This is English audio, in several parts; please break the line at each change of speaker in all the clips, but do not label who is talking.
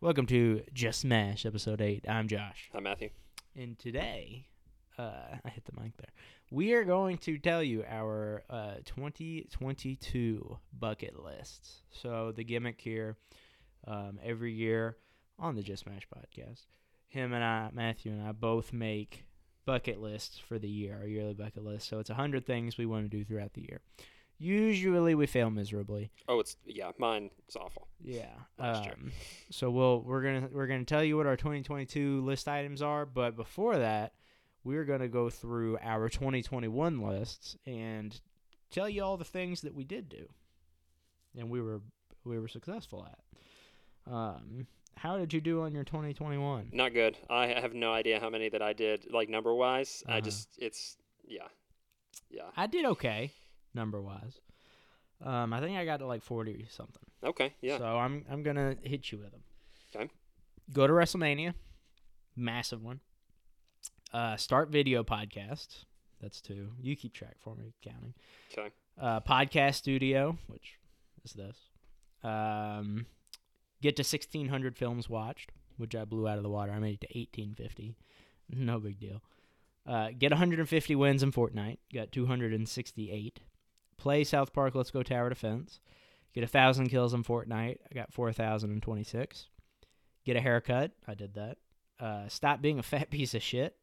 Welcome to Just Smash, episode 8. I'm Josh.
Hi, Matthew.
And today, uh, I hit the mic there. We are going to tell you our uh, 2022 bucket lists. So, the gimmick here um, every year on the Just Smash podcast, him and I, Matthew and I, both make bucket lists for the year, our yearly bucket list. So, it's 100 things we want to do throughout the year. Usually, we fail miserably.
Oh, it's yeah, mine is awful.
Yeah.
Last year.
Um, so we'll we're gonna we're gonna tell you what our 2022 list items are, but before that, we're gonna go through our 2021 lists and tell you all the things that we did do, and we were we were successful at. Um, how did you do on your 2021?
Not good. I have no idea how many that I did, like number wise.
Uh-huh.
I just, it's yeah, yeah.
I did okay, number wise. Um, I think I got to like 40 or something.
Okay, yeah.
So I'm I'm gonna hit you with them.
Okay.
Go to WrestleMania, massive one. Uh, start video podcasts. That's two. You keep track for me, counting.
Okay.
Uh, podcast studio, which is this. Um, get to sixteen hundred films watched, which I blew out of the water. I made it to eighteen fifty. No big deal. Uh, get 150 wins in Fortnite. Got 268. Play South Park. Let's go Tower Defense. Get a thousand kills in Fortnite. I got 4,026. Get a haircut. I did that. Uh, stop being a fat piece of shit.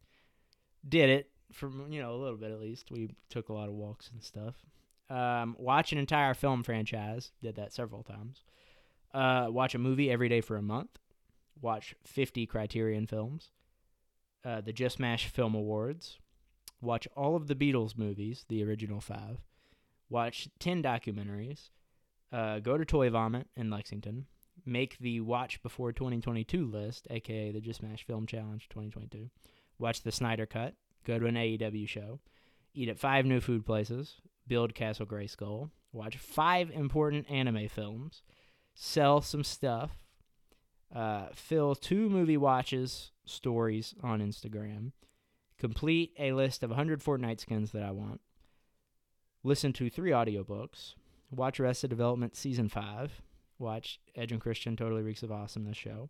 Did it from you know a little bit at least. We took a lot of walks and stuff. Um, watch an entire film franchise. Did that several times. Uh, watch a movie every day for a month. Watch 50 Criterion films uh, the Just Mash Film Awards, watch all of the Beatles movies, the original five, watch 10 documentaries, uh, go to Toy Vomit in Lexington, make the Watch Before 2022 list, aka the Just Mash Film Challenge 2022, watch the Snyder Cut, go to an AEW show, eat at five new food places, build Castle Grayskull, watch five important anime films, sell some stuff, uh, fill two movie watches stories on Instagram, complete a list of 100 Fortnite skins that I want, listen to three audiobooks, watch Arrested Development Season 5, watch Edge and Christian Totally Reeks of Awesomeness show,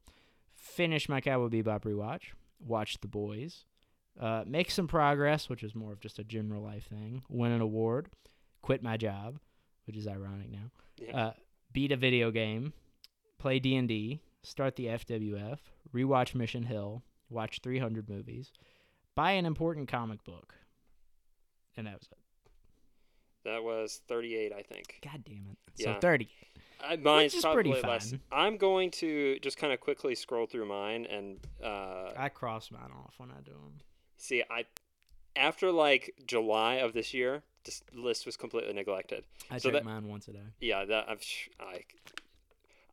finish my Cowboy Bebop rewatch, watch The Boys, uh, make some progress, which is more of just a general life thing, win an award, quit my job, which is ironic now
Yeah.
uh, beat a video game, play D and D, start the FWF, rewatch Mission Hill, watch 300 movies, buy an important comic book, and that was it.
that was 38, I think.
God damn it! So
Yeah.
30.
I, mine's
is pretty
probably less.
fine.
I'm going to just kind of quickly scroll through mine and uh,
I cross mine off when I do them.
see. I after like July of this year, this list was completely neglected.
I
So
check
that-
mine once a day.
Yeah, that I've, sh- I,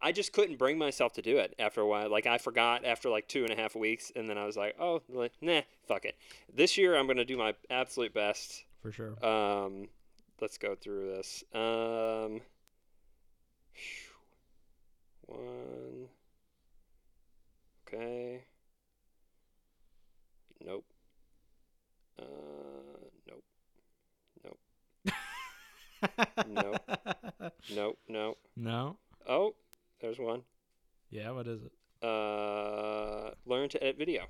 I just couldn't bring myself to do it after a while. Like I forgot after like two and a half weeks, and then I was like, oh, li- nah, fuck it. This year I'm gonna do my absolute best.
For sure.
Um, let's go through this. Um, one. Okay. Nope. Uh, nope. no. Nope. No.
No.
Oh, there's one.
Yeah. What is it?
uh, learn to edit video.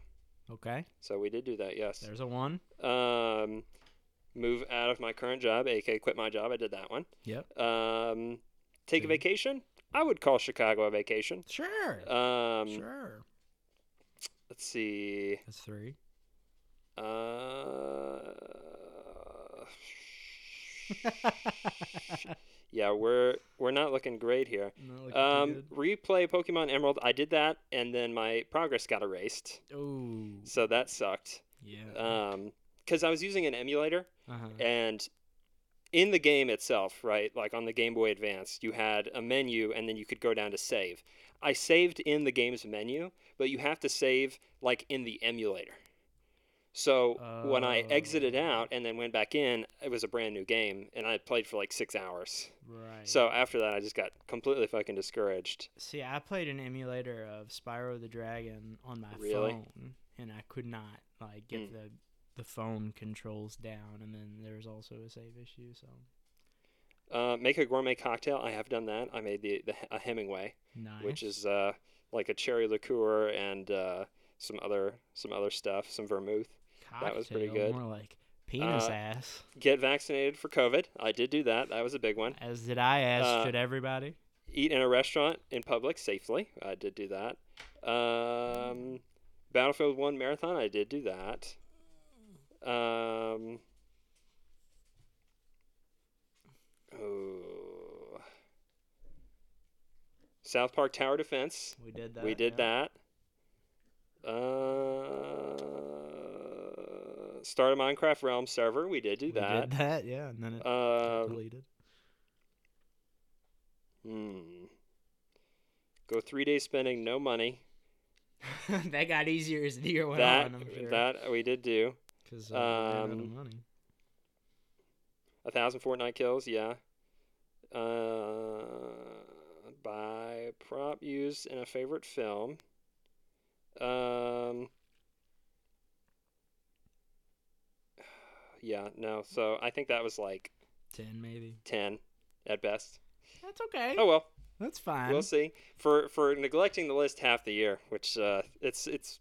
Okay.
So we did do that, yes.
There's a one.
Um, move out of my current job, aka quit my job. I did that one.
Yep.
Um, take
Two.
a vacation. I would call Chicago a vacation.
Sure.
Um,
sure.
let's see.
That's three.
Uh, yeah, we're we're not looking great here.
Not looking too
Um,
good.
replay Pokemon Emerald. I did that, and then my progress got erased,
Oh.
so that sucked.
Yeah.
Um, because I was using an emulator,
uh-huh.
and in the game itself right like on the game boy advance you had a menu and then you could go down to save i saved in the game's menu but you have to save like in the emulator so when i exited
Oh.
out and then went back in it was a brand new game and i played for like six hours
Right.
so after that i just got completely fucking discouraged
See, I played an emulator of Spyro the Dragon on my
Really?
phone, and I could not like get
Mm.
the the phone controls down. And then there was also a save issue. So
uh, make a gourmet cocktail i have done that i made the, the a hemingway
nice.
which is uh like a cherry liqueur and uh, some other some other stuff, some vermouth.
Cocktail,
was pretty good.
More like penis
Uh,
ass.
Get vaccinated for COVID. I did do that. That was a big one.
As did I. As
uh,
should everybody.
Eat in a restaurant in public safely. I did do that. Um, Battlefield One marathon. I did do that. Um, oh, South Park Tower Defense.
We did that.
we did
yeah.
that. Uh, start a Minecraft Realm server. We did do
We
that.
did that. Yeah, and then it got
Uh,
deleted.
hmm. Go three days spending no money.
that got easier as the year went
that
on. I'm sure.
that we did do.
Because uh, we ran out of
um,
money.
A thousand Fortnite kills, yeah. Uh, by prop used in a favorite film. Um, yeah, no. So I think that was like
Ten maybe.
ten at best.
That's okay.
Oh well,
That's fine.
we'll see. For for neglecting the list half the year, which uh, it's it's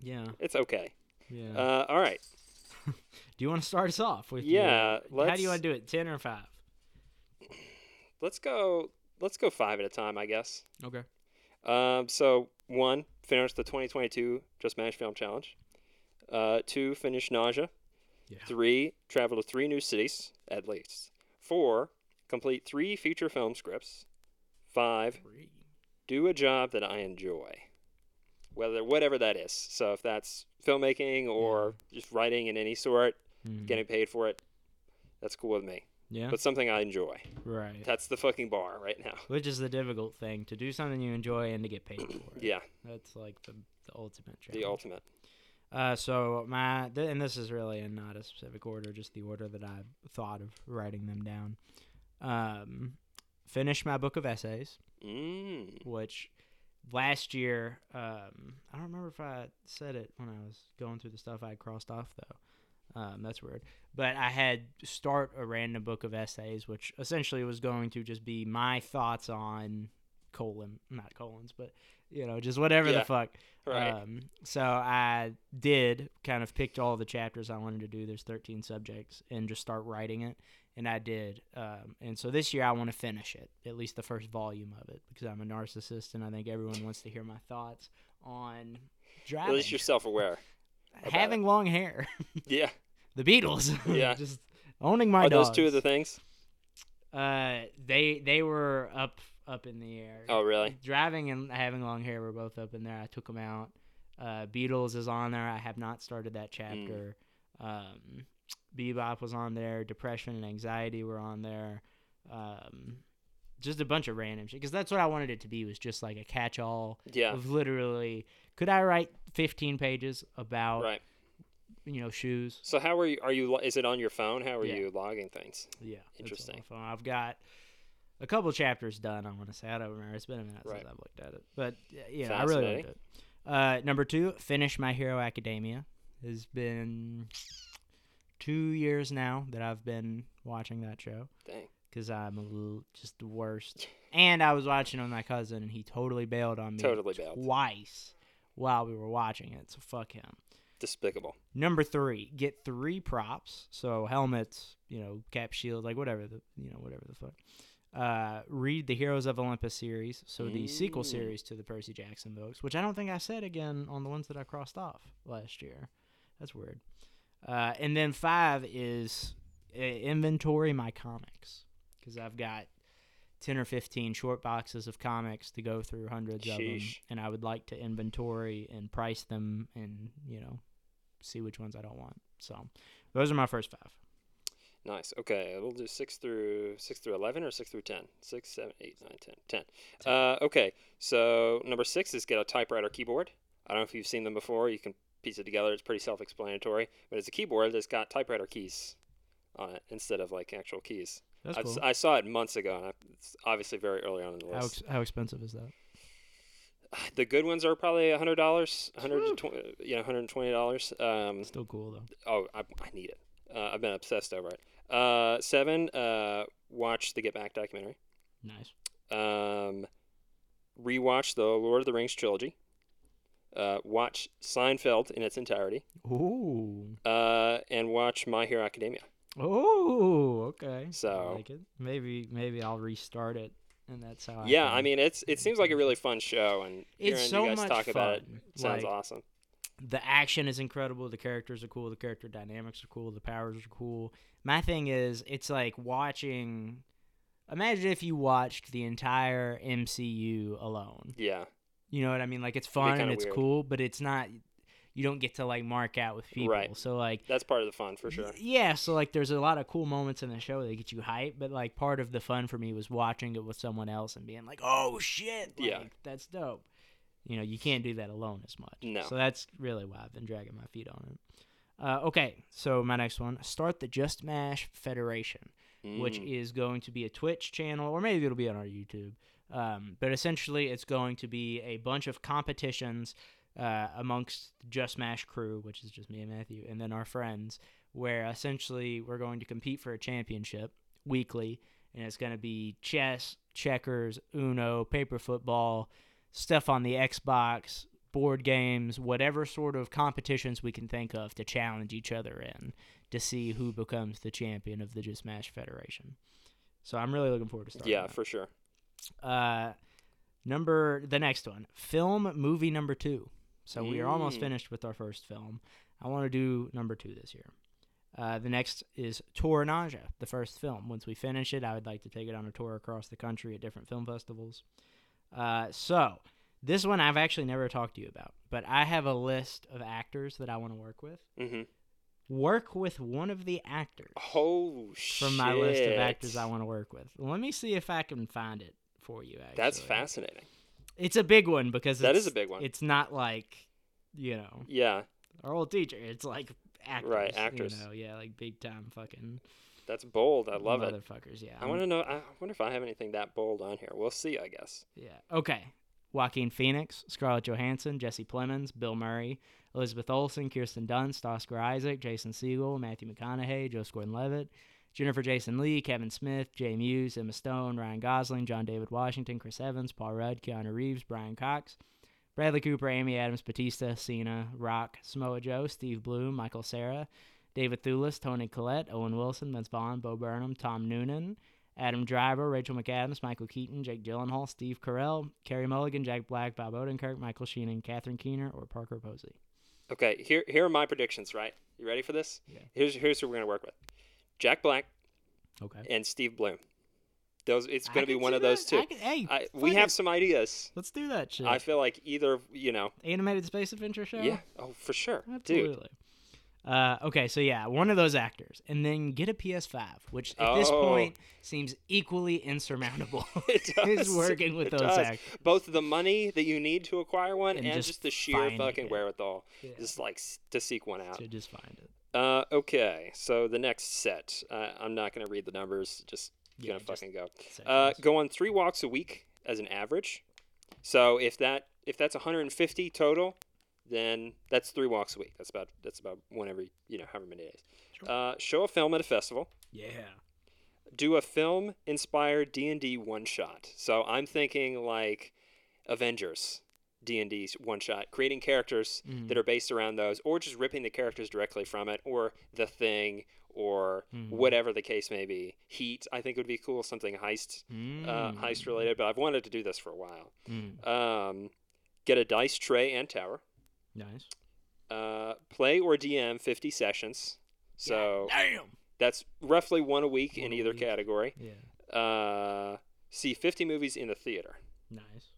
yeah.
it's okay.
Yeah.
Uh, all right.
do you want to start us off with? your-
Yeah,
how do
let's-
you want to do it? Ten or five?
Let's go. Let's go five at a time, I guess.
Okay.
Um, so one, finish the 2022 Just Smash Film Challenge. Uh, two, finish Nausea.
Yeah.
Three, travel to three new cities at least. Four, complete three feature film scripts. Five,
Three.
do a job that I enjoy, whether whatever that is. So if that's filmmaking or
Mm-hmm.
just writing in any sort,
Mhm.
getting paid for it, that's cool with me.
Yeah.
But something I enjoy.
Right.
That's the fucking bar right now.
Which is the difficult thing to do something you enjoy and to get paid for it.
Yeah,
That's like the, the ultimate challenge.
the ultimate.
Uh, so my th- and this is really in not a specific order, just the order that I thought of writing them down. Um, finished my book of essays,
Mm.
which last year um, I don't remember if I said it when I was going through the stuff I had crossed off though. Um, that's weird. But I had start a random book of essays, which essentially was going to just be my thoughts on colon, not colons, but you know, just whatever
Yeah.
the fuck.
Right.
Um, so I did kind of picked all the chapters I wanted to do. There's 13 subjects, and just start writing it. And I did. Um, and so this year I want to finish it, at least the first volume of it, because I'm a narcissist, and I think everyone wants to hear my thoughts on
At
driving,
least you're self-aware. about
having long hair,
Yeah.
the Beatles,
Yeah.
just owning my
Are those
dogs.
two of the things?
Uh, they they were up up in the air.
Oh, really?
Driving and having long hair were both up in there. I took them out. Uh, Beatles is on there. I have not started that chapter.
Mm.
Um, Bebop was on there. Depression and anxiety were on there. Um, just a bunch of random shit because that's what I wanted it to be was just like a catch-all
Yeah.
Mm-hmm. of literally could I write 15 pages about
Right.
you know shoes
So how are you? Are you? lo- Is it on your phone? How are
Yeah.
you logging things?
Yeah, that's on
Interesting.
my phone. I've got a couple chapters done. I want to say I don't remember. It's been a minute
Right.
since I've looked at it, but y- yeah, I really liked
Fascinating.
it. Uh, number two, finish my Hero Academia. Has been two years now that I've been watching that show
Dang.
because I'm a little, just the worst. And I was watching it with my cousin, and he totally bailed on me
Totally bailed.
twice while we were watching it. So fuck him.
Despicable.
Number three, get three props. So helmets, you know, cap shield, like whatever the you know, whatever the fuck. Uh, read the Heroes of Olympus series, so the sequel
Mm.
series to the Percy Jackson books, which I don't think I said again on the ones that I crossed off last year. That's weird. Uh, and then five is uh, inventory my comics because I've got ten or fifteen short boxes of comics to go through, hundreds of them,
Sheesh.
and I would like to inventory and price them, and you know, see which ones I don't want. So those are my first five.
Nice. Okay, we'll do six through six through eleven or six through ten. Six, seven, eight, nine, ten, ten. Uh, okay. So number six is get a typewriter keyboard. I don't know if you've seen them before. You can piece it together. It's pretty self-explanatory. But it's a keyboard that's got typewriter keys on it instead of like actual keys.
That's
I've
cool.
s- I saw it months ago, and I, it's obviously very early on in the
how,
list.
ex- how expensive is
Mm-hmm.
that?
The good ones are probably a hundred dollars,
Whew.
hundred twenty, yeah, hundred and twenty dollars. Um,
Still cool though.
oh, I, I need it. Uh, I've been obsessed over it. Uh, seven. Uh, watch the Get Back documentary.
Nice.
Um, rewatch the Lord of the Rings trilogy, uh, watch Seinfeld in its entirety,
Ooh.
uh, and watch My Hero Academia.
Oh, okay. I
So-
like it. maybe maybe I'll restart it, and that's how.
yeah,
can-
I mean it's it seems like a really fun show, and
it's
hearing
so
you guys
much
talk
fun.
about it sounds
like,
awesome.
The action is incredible. The characters are cool. The character dynamics are cool. The powers are cool. My thing is, it's like watching. Imagine if you watched the entire MCU alone.
Yeah,
You know what I mean? Like it's fun and
kinda
it's
weird.
cool, but it's not. You don't get to like mark out with people.
Right.
So like
that's part of the fun for sure.
Yeah, so like there's a lot of cool moments in the show that get you hype, but like part of the fun for me was watching it with someone else and being like, "Oh shit, like,
Yeah.
that's dope." You know, you can't do that alone as much.
No.
So that's really why I've been dragging my feet on it. Uh, okay, so my next one, start the Just Mash Federation which
Mm,
is going to be a Twitch channel, or maybe it'll be on our YouTube. Um, but essentially, it's going to be a bunch of competitions uh, amongst the Just Mash crew, which is just me and Matthew, and then our friends, where essentially we're going to compete for a championship weekly, and it's going to be chess, checkers, Uno, paper football, stuff on the Xbox, board games, whatever sort of competitions we can think of to challenge each other in to see who becomes the champion of the Just Mash Federation. So I'm really looking forward to starting.
yeah,
that.
for sure.
Uh, number the next one, film movie number two. So we are almost
Mm.
finished with our first film. I want to do number two this year. Uh, the next is Toranaja, the first film. Once we finish it, I would like to take it on a tour across the country at different film festivals. Uh, so this one I've actually never talked to you about, but I have a list of actors that I want to work with.
hmm
Work with one of the actors
Oh shit!
from my list of actors I want to work with. Let me see if I can find it for you. Actually,
That's fascinating.
It's a big one because
That
it's,
is a big one.
It's not like you know
Yeah,
our old teacher. It's like actors,
Right, actors.
You know, yeah, like big time fucking
that's bold. I love it.
motherfuckers. Yeah,
I want to know. I wonder if I have anything that bold on here. We'll see. I guess.
Yeah. Okay. Joaquin Phoenix, Scarlett Johansson, Jesse Plemons, Bill Murray, Elizabeth Olsen, Kirsten Dunst, Oscar Isaac, Jason Segel, Matthew McConaughey, Joseph Gordon-Levitt, Jennifer Jason Lee, Kevin Smith, Jay Muse, Emma Stone, Ryan Gosling, John David Washington, Chris Evans, Paul Rudd, Keanu Reeves, Brian Cox, Bradley Cooper, Amy Adams, Batista, Cena, Rock, Samoa Joe, Steve Bloom, Michael Sarah, David Thewlis, Tony Collette, Owen Wilson, Vince Vaughn, Bo Burnham, Tom Noonan, Adam Driver, Rachel McAdams, Michael Keaton, Jake Gyllenhaal, Steve Carell, Carrie Mulligan, Jack Black, Bob Odenkirk, Michael Sheenan, Catherine Keener, or Parker Posey.
Okay, here here are my predictions. Right, you ready for this?
Yeah.
Here's here's who we're gonna work with: Jack Black
Okay.
and Steve Bloom. Those it's gonna be one of those two.
hey,
I, we
fuck
have
it.
some ideas.
Let's do that shit.
I feel like either you know.
Animated space adventure show.
Yeah. Oh, for sure, dude.
Absolutely. Uh, okay, so yeah, one of those actors, and then get a PS5, which at this
Oh.
point seems equally insurmountable.
It
Is
does.
working with
It
those
does.
actors.
Both the money that you need to acquire one
And
and,
just
just, the sheer
finding
fucking
it.
wherewithal,
Yeah.
just like s- to seek one out.
to just find it.
Uh, okay, so the next set. Uh, I'm not gonna read the numbers. Just
Yeah,
gonna
just
fucking go.
sections.
Uh, go on three walks a week as an average. So if that if that's 150 total, then that's three walks a week. That's about that's about one every you know however many days.
Sure.
Uh, show a film at a festival.
Yeah.
Do a film inspired D and D one shot. So I'm thinking like Avengers D and D's one shot, creating characters
Mhm.
that are based around those, or just ripping the characters directly from it, or the thing, or
Mhm.
whatever the case may be. Heat, I think would be cool. Something heist uh,
Mm.
heist related, but I've wanted to do this for a while.
Mm.
Um, get a dice tray and tower.
Nice.
Uh, play or DM 50 sessions. So
damn.
that's roughly one a week
One
in
a
either
week.
category.
Yeah.
Uh, see 50 movies in the theater.
Nice.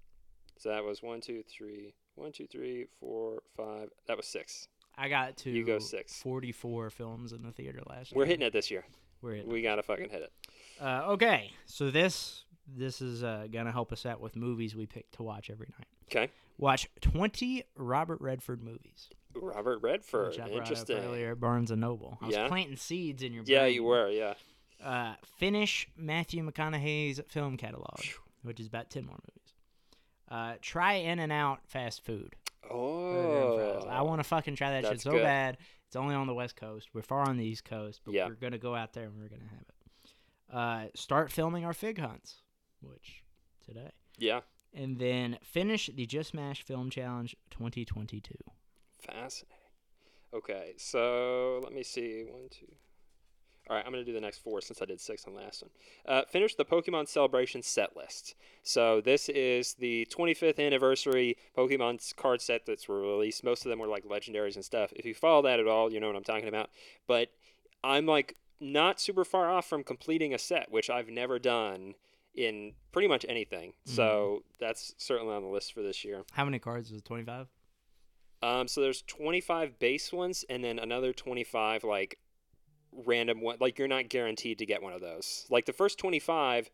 So that was one, two, three, one, two, three, four, five. That was six.
I got to
You go six.
44 films in the theater last
We're
year.
hitting it this year.
We're hitting.
We gotta fucking hit it.
Uh, okay, so this this is uh, gonna help us out with movies we pick to watch every night.
Okay.
Watch 20 Robert Redford movies,
Robert
which
Redford.
I brought up
Interesting.
earlier. at Barnes and Noble. I was
Yeah.
planting seeds in your brain.
Yeah, you were. Yeah.
Uh, finish Matthew McConaughey's film catalog, which is about 10 more movies. Uh, try In and Out fast food. burger and fries.
Oh.
I want to fucking try that shit
that's
so
good.
bad. It's only on the West Coast. We're far on the East Coast, but
Yeah.
we're gonna go out there and we're gonna have it. Uh, start filming our fig hunts, which today.
Yeah.
and then finish the Just Mash Film Challenge 2022.
Fascinating. Okay, so let me see. One, two. All right, I'm going to do the next four since I did six on the last one. Uh, finish the Pokemon Celebration set list. So this is the 25th anniversary Pokemon card set that's were released. Most of them were like legendaries and stuff. If you follow that at all, you know what I'm talking about. But I'm like not super far off from completing a set, which I've never done in pretty much anything. So that's certainly on the list for this year.
How many cards was it? 25?
Um, so there's 25 base ones, and then another 25 like random one. Like you're not guaranteed to get one of those. Like the first 25,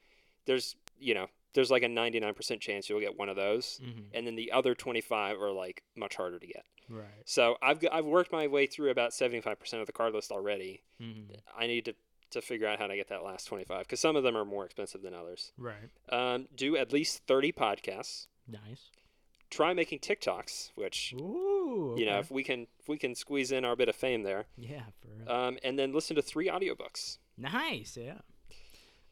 there's you know there's like a 99% chance you'll get one of those,
Mm-hmm.
and then the other 25 are like much harder to get.
Right.
So I've g- I've worked my way through about 75% of the card list already.
Mm-hmm.
I need to to figure out how to get that last 25 because some of them are more expensive than others.
Right.
Um, do at least 30 podcasts.
Nice.
Try making TikToks, which
Ooh.
you know
okay.
if we can if we can squeeze in our bit of fame there.
yeah, for real.
um, and then listen to three audiobooks.
Nice, yeah.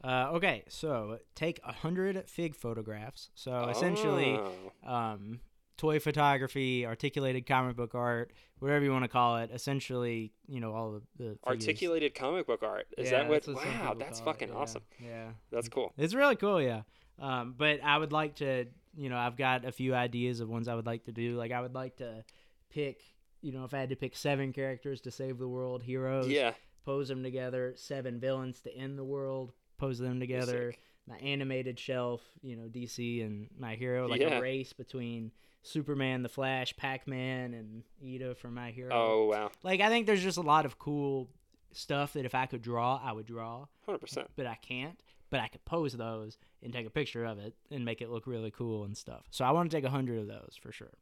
Uh, okay, so take a hundred fig photographs. So essentially,
Oh,
um, toy photography, articulated comic book art, whatever you want to call it. Essentially, you know, all the, the figures.
articulated comic book art. Is
Yeah,
that what?
that's some
wow,
people
that's
call it,
fucking
yeah,
awesome.
Yeah,
That's cool.
it's really cool. Yeah, um, but I would like to, you know, I've got a few ideas of ones I would like to do. Like I would like to pick, you know, if I had to pick seven characters to save the world, heroes,
Yeah,
pose them together, seven villains to end the world, pose them together.
sick.
my animated shelf, you know, DC and My Hero, like
Yeah.
a race between Superman, The Flash, Pac Man, and Ida from My Hero.
Oh wow,
Like, I think there's just a lot of cool stuff that if I could draw, I would draw,
hundred percent.
but I can't. But I could pose those and take a picture of it and make it look really cool and stuff. So I want to take a hundred of those for sure.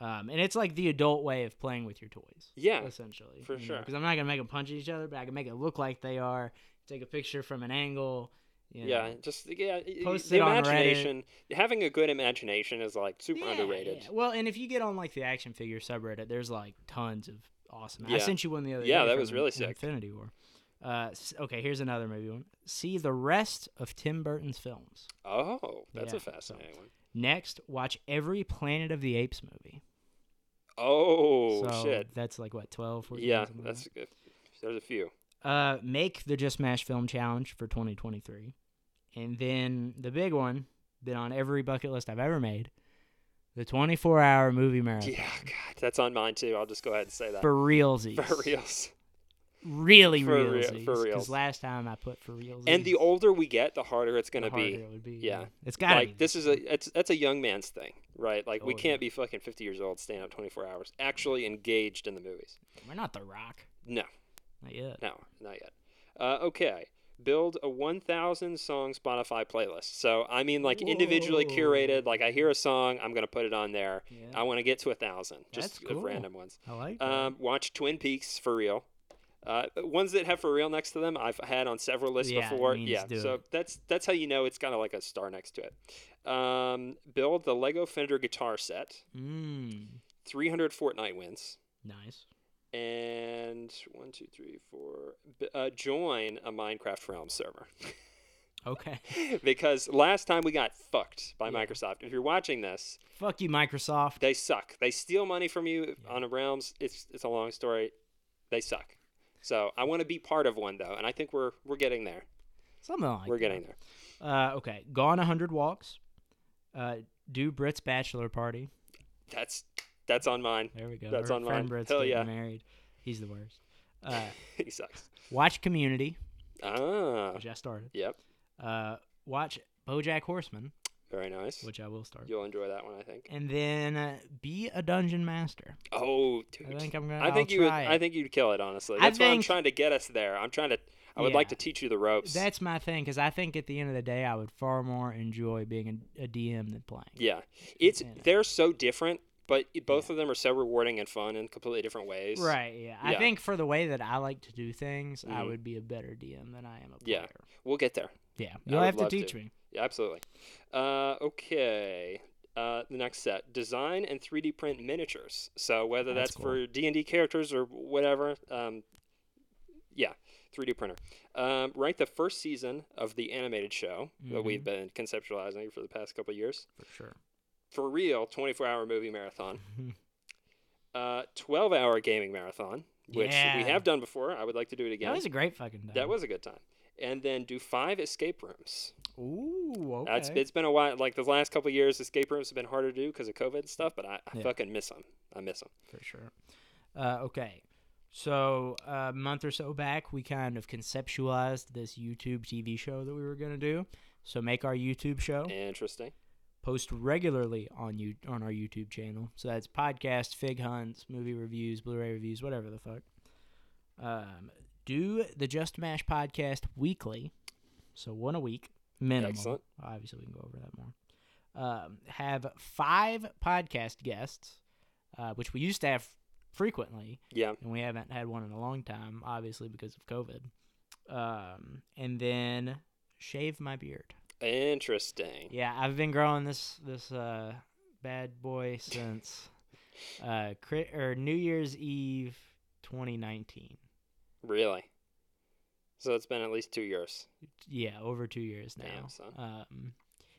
Um, and it's like the adult way of playing with your toys
Yeah,
essentially.
for sure.
Because I'm not gonna make them punch each other, but I can make it look like they are. Take a picture from an angle. You know.
yeah. Just yeah. y- y-
Post
the
it on Reddit.
imagination, having a good imagination is like super underrated.
yeah. Well, and if you get on like the action figure subreddit, there's like tons of awesome. I
Yeah.
sent you one the other day.
Yeah, that
from
was really
In-
sick.
Infinity War. Uh, s- okay, here's another movie one. See the rest of Tim Burton's films.
Oh, that's
Yeah,
a
so-
fascinating one.
Next, watch every Planet of the Apes movie.
Oh
so
shit.
That's like what 12, 14,
Yeah,
something like
that's good. There's a few.
Uh, make the Just Mash Film Challenge for 2023. And then the big one, been on every bucket list I've ever made, the 24 hour movie marathon.
Yeah, God, that's on mine too. I'll just go ahead and say that
For realsies.
for reals.
Really
For real-
realsies. Because
for reals.
last time I put for realsies.
And the older we get, the harder it's
the
gonna
harder
be.
it would be.
yeah.
It's got to
like
be.
this is a it's, that's a young man's thing, right? Like we
Oh, yeah.
can't be fucking fifty years old, staying up twenty four hours, actually engaged in the movies.
We're not The Rock.
No,
Not yet.
no, not yet. Uh, okay, build a one thousand song Spotify playlist. So I mean, like individually
Whoa.
curated. Like I hear a song, I'm gonna put it on there.
Yeah.
I want to get to a thousand, just
That's cool.
of random ones.
I like that.
Um, watch Twin Peaks for real. Uh, ones that have for real next to them, I've had on several lists
Yeah, it
before.
means
Yeah,
do
so
it.
that's that's how you know it's kind of like a star next to it. Um, build the Lego Fender guitar set.
mm,
300 Fortnite wins,
nice.
and one, two, three, four. B- Uh, join a Minecraft Realm server
Okay.
because last time we got fucked by
Yeah.
Microsoft. If you're watching this,
Fuck you, Microsoft.
they suck. They steal money from you on a Realms. It's it's a long story. They suck. So I want to be part of one though, and I think we're we're getting there.
Something like
We're
that.
getting there.
Uh, okay, gone 100 walks. Uh, do Brit's bachelor party.
That's that's on mine.
There we go.
That's
Her
on
friend
mine.
Brit's
Hell
getting
yeah.
married. He's the worst. Uh,
he sucks.
watch Community,
Ah,
which I started.
yep.
Uh, watch BoJack Horseman,
Very nice.
which I will start.
You'll enjoy that one, I think.
And then uh, be a dungeon master.
Oh, dude.
I think I'm gonna.
I think
I'll
you would.
try
I
it.
think you'd kill it. Honestly,
I
that's what I'm
think-
trying to get us there. I'm trying to. I would like
Yeah.
to teach you the ropes.
That's my thing, because I think at the end of the day, I would far more enjoy being a, a DM than playing.
yeah, it's
Yeah.
they're so different, but it- both of them are so rewarding and fun in completely different ways.
Right. Yeah. I
Yeah.
think for the way that I like to do things, I
Mhm.
would be a better DM than I am a player.
Yeah. We'll get there.
Yeah. You'll
would
have to
love to.
teach me.
Yeah, absolutely. Uh, okay. Uh, the next set: design and 3D print miniatures. So whether
That's
that's,
cool.
for D and D characters or whatever, um, yeah, 3D printer. Um, right, the first season of the animated show that
Mhm.
we've been conceptualizing for the past couple years.
for sure.
For real, 24 hour movie marathon. Uh, 12 hour gaming marathon, which we
Yeah.
have done before. I would like to do it again.
That was a great fucking time.
That was a good time. And then do five escape rooms.
Ooh, okay.
That's it's been a while. Like the last couple of years, escape rooms have been harder to do because of COVID and stuff. But I, I
Yeah.
fucking miss them. I miss them.
for sure. Uh, okay. So a month or so back, we kind of conceptualized this YouTube TV show that we were gonna do. So make our YouTube show,
Interesting.
post regularly on you on our YouTube channel. So that's podcast, fig hunts, movie reviews, Blu-ray reviews, whatever the fuck. Um, do the Just Mash podcast weekly, so one a week minimum.
Excellent.
Obviously, we can go over that more. Um, have five podcast guests, uh, which we used to have frequently
Yeah.
and we haven't had one in a long time, obviously because of COVID. Um, and then shave my beard.
Interesting.
Yeah, I've been growing this this uh, bad boy since uh, cri- or New Year's Eve 2019.
Really. So it's been at least two years.
Yeah, over two years now.
Damn, son.
Um,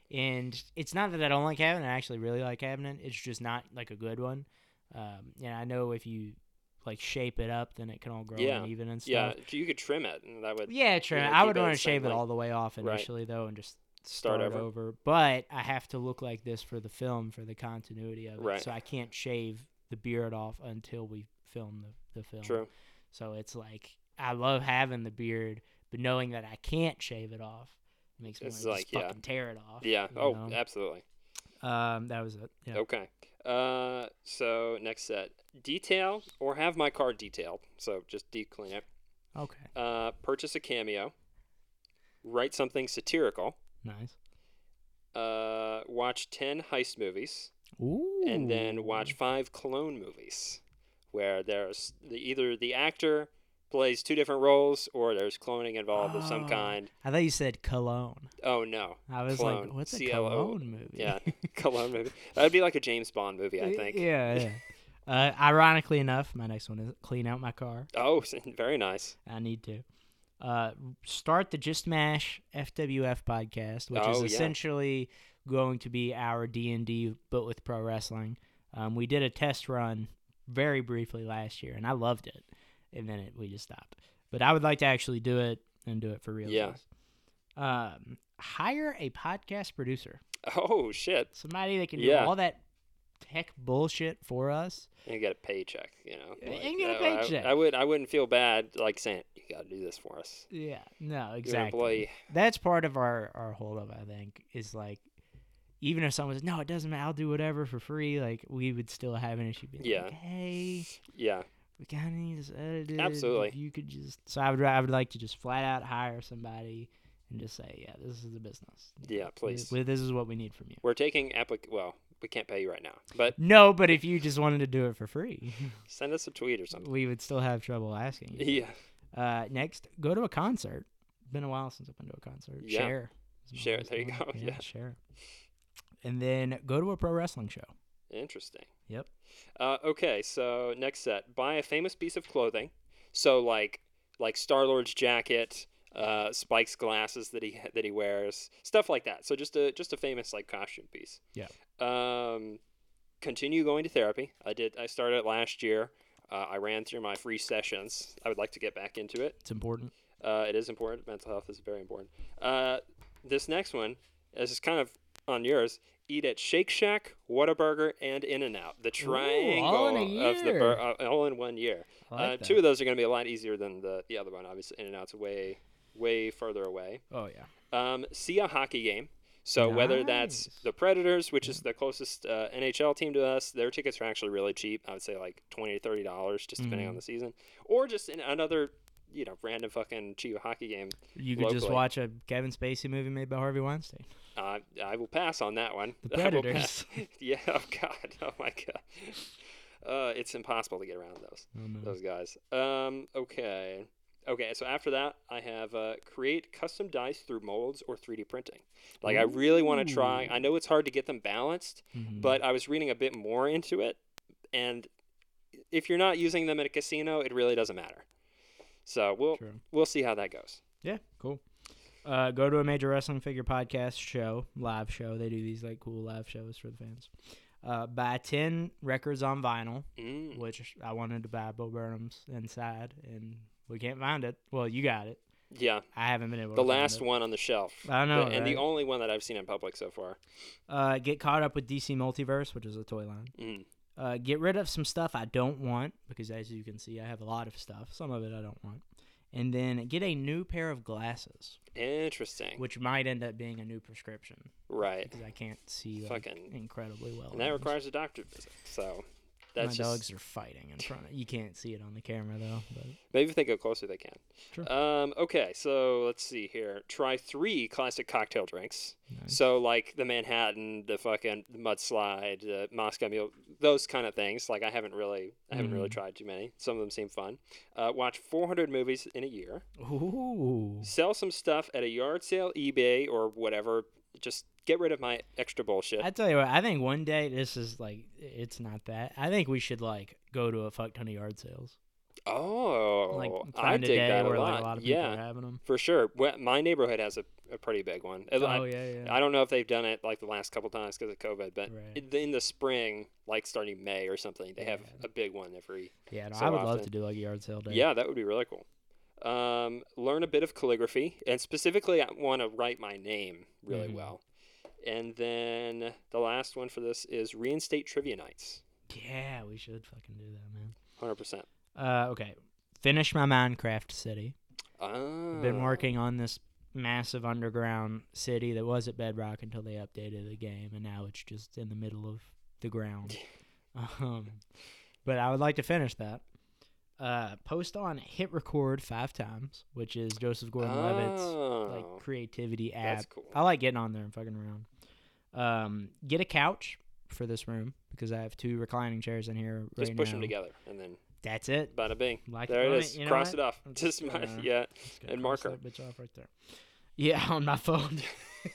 and it's not that I don't like having it. I actually really like having it. It's just not like a good one. Um, and I know if you like shape it up, then it can all grow
Yeah.
uneven and stuff.
Yeah. You could trim it, and that would
Yeah, true.
know,
I
keep
would
it
want
the
to
same
shave it
length.
all the way off
Right.
initially, though, and just
Start
start,
over.
over. But I have to look like this for the film for the continuity of it,
Right.
so I can't shave the beard off until we film the, the film.
true.
So it's like I love having the beard, but knowing that I can't shave it off makes me
It's
wanna
like,
just
yeah.
fucking tear it off.
Yeah.
you
Oh,
know?
absolutely.
um, that was it. Yeah.
Okay. Uh, so next set detail or have my car detailed. So just deep clean it.
Okay.
Uh, purchase a cameo. Write something satirical.
Nice.
Uh, watch ten heist movies.
Ooh.
and then watch five clone movies where there's the, either the actor plays two different roles or there's cloning involved of some
Oh.
kind.
I thought you said cologne.
Oh no,
I was
Cologne.
like, what's a
C-L-O-
cologne movie?
yeah, clone movie. That would be like a James Bond movie, I
Y-
think.
Yeah, yeah. uh, ironically enough, my next one is clean out my car.
Oh, very nice.
I need to. Uh, start the Just Mash FWF podcast, which
Oh,
is
yeah.
essentially going to be our D and D, but with pro wrestling. Um, we did a test run very briefly last year, and I loved it, and then it, we just stopped. But I would like to actually do it and do it for real.
Yeah.
Um, hire a podcast producer,
Oh shit,
somebody that can
Yeah.
do all that tech bullshit for us.
and you get a paycheck, you know.
Yeah, and get a
oh, I-
paycheck.
I, would, I wouldn't feel bad like saying you got to do this for us.
Yeah, no,
You're an
exactly.
employee.
That's part of our our holdup. I think is like, even if someone says no, it doesn't matter. I'll do whatever for free. Like we would still have an issue. Being
Yeah.
Like, hey,
Yeah,
we kind of need this edited.
Absolutely.
If you could just. So I would I would like to just flat out hire somebody and just say, yeah, this is the business.
yeah. Please,
We- this is what we need from you.
we're taking applic. Well, we can't pay you right now, but
No, but if you just wanted to do it for free,
send us a tweet or something.
we would still have trouble asking. you.
Yeah.
Uh, next, go to a concert. Been a while since I've been to a concert.
Yeah.
Share. is my
Share,
last
there you
one.
go, yeah.
Share. And then go to a pro wrestling show.
Interesting.
Yep.
Uh, okay, so next set, buy a famous piece of clothing. So like like Star Lord's jacket, uh, Spike's glasses that he that he wears, stuff like that. So just a just a famous like costume piece.
Yeah.
Um, continue going to therapy. I did. I started last year. Uh, I ran through my free sessions. I would like to get back into it.
It's important.
Uh, it is important. Mental health is very important. Uh, this next one this is kind of on yours. Eat at Shake Shack, Whataburger, and In and Out. The triangle
all in a
of the
year.
bur- uh, all in one year.
I like
uh,
that.
two of those are going to be a lot easier than the, the other one. Obviously, In and Out's way way further away.
Oh yeah.
Um, see a hockey game. So whether that's
Nice.
the Predators, which is the closest uh, NHL team to us, their tickets are actually really cheap. I would say like twenty to thirty dollars, just depending
Mm-hmm.
on the season, or just in another you know random fucking cheap hockey game.
You could just
locally.
watch a Kevin Spacey movie made by Harvey Weinstein.
Uh, I will pass on that one.
The
I will
Predators.
pass. yeah. Oh God. Oh my God. Uh, it's impossible to get around those
Oh, no.
those guys. Um. Okay. Okay. So after that, I have uh, create custom dice through molds or 3D printing. Like I really want to try. I know it's hard to get them balanced,
Mhm.
but I was reading a bit more into it, and if you're not using them at a casino, it really doesn't matter. So we'll
True.
we'll see how that goes.
Yeah, cool. Uh, go to a major wrestling figure podcast show, live show. They do these like cool live shows for the fans. Uh, buy ten records on vinyl,
Mm.
which I wanted to buy Bo Burnham's Inside, and we can't find it. Well, you got it.
Yeah,
I haven't been able.
the
to find
last
it.
one on the shelf.
I know,
and the
right?
only one that I've seen in public so far.
Uh, get caught up with DC Multiverse, which is a toy line.
Mm.
Uh, get rid of some stuff I don't want because, as you can see, I have a lot of stuff. Some of it I don't want, and then get a new pair of glasses,
Interesting.
which might end up being a new prescription.
Right.
because I can't see like,
Fucking-
incredibly well.
And that
now.
requires a doctor visit. So that's
my
just
dogs are fighting in front of you. Can't see it on the camera though. But
maybe if they go closer they can.
Sure.
Um, okay, so let's see here. Try three classic cocktail drinks.
Nice.
So like the Manhattan, the fucking mudslide, the Moscow Mule, those kind of things. Like I haven't really, I haven't really
Mhm.
tried too many. Some of them seem fun. Uh, watch 400 movies in a year.
ooh,
Sell some stuff at a yard sale, eBay, or whatever. Just get rid of my extra bullshit.
I tell you what, I think one day this is like it's not that. I think we should like go to a fuck ton of yard sales.
oh,
Like
I
find a
dig
day
that
where
a lot.
like a lot of people
yeah,
are having them.
for sure. Well, my neighborhood has a, a pretty big one. I-
Oh yeah, yeah.
I don't know if they've done it like the last couple times because of COVID, but
Right.
in- in the spring, like starting May or something, they have
Yeah.
a big one every.
yeah, no,
so
I would love
often.
to do like a yard sale day.
Yeah, that would be really cool. Um, learn a bit of calligraphy, and specifically, I want to write my name really
Mhm.
well. And then the last one for this is reinstate trivia nights.
yeah, we should fucking do that, man.
Hundred percent.
Uh, okay, finish my Minecraft city.
Ah,
been working on this massive underground city that was at bedrock until they updated the game and now it's just in the middle of the ground um, but i would like to finish that uh, post on hit record five times which is joseph gordon-levitt's like
Oh,
creativity app
that's cool.
i like getting on there and fucking around um, get a couch for this room because i have two reclining chairs in here
Just
right
push
now.
them together, and then
that's it
bada bing.
like
There
on
it is.
you know
Cross
what?
it off.
I'm just
Just my,
gonna-
yeah.
Let's go
And
cross
marker.
that bitch off right there. Yeah, on my phone.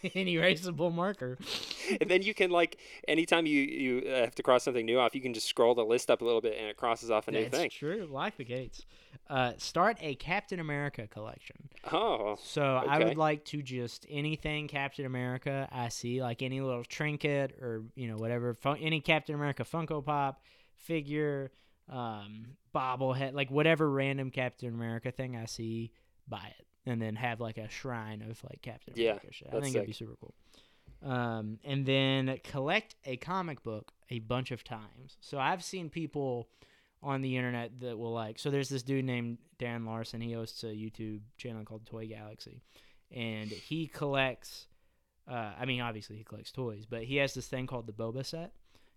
An erasable marker.
and then you can like anytime you you uh, have to cross something new off you can just scroll the list up a little bit and it crosses off a new
That's
thing
true. Like the gates. Uh, start a Captain America collection.
oh
So I would
Okay.
like to just anything Captain America I see, like any little trinket or you know whatever, fun- any Captain America Funko Pop figure, um, bobblehead, like whatever random Captain America thing I see, buy it, and then have like a shrine of like Captain
Yeah,
America shit. I
that's
think it'd be super cool. Um, and then collect a comic book a bunch of times. So I've seen people on the internet that will like so there's this dude named Dan Larson he hosts a YouTube channel called Toy Galaxy and he collects uh, I mean obviously he collects toys but he has this thing called the Boba set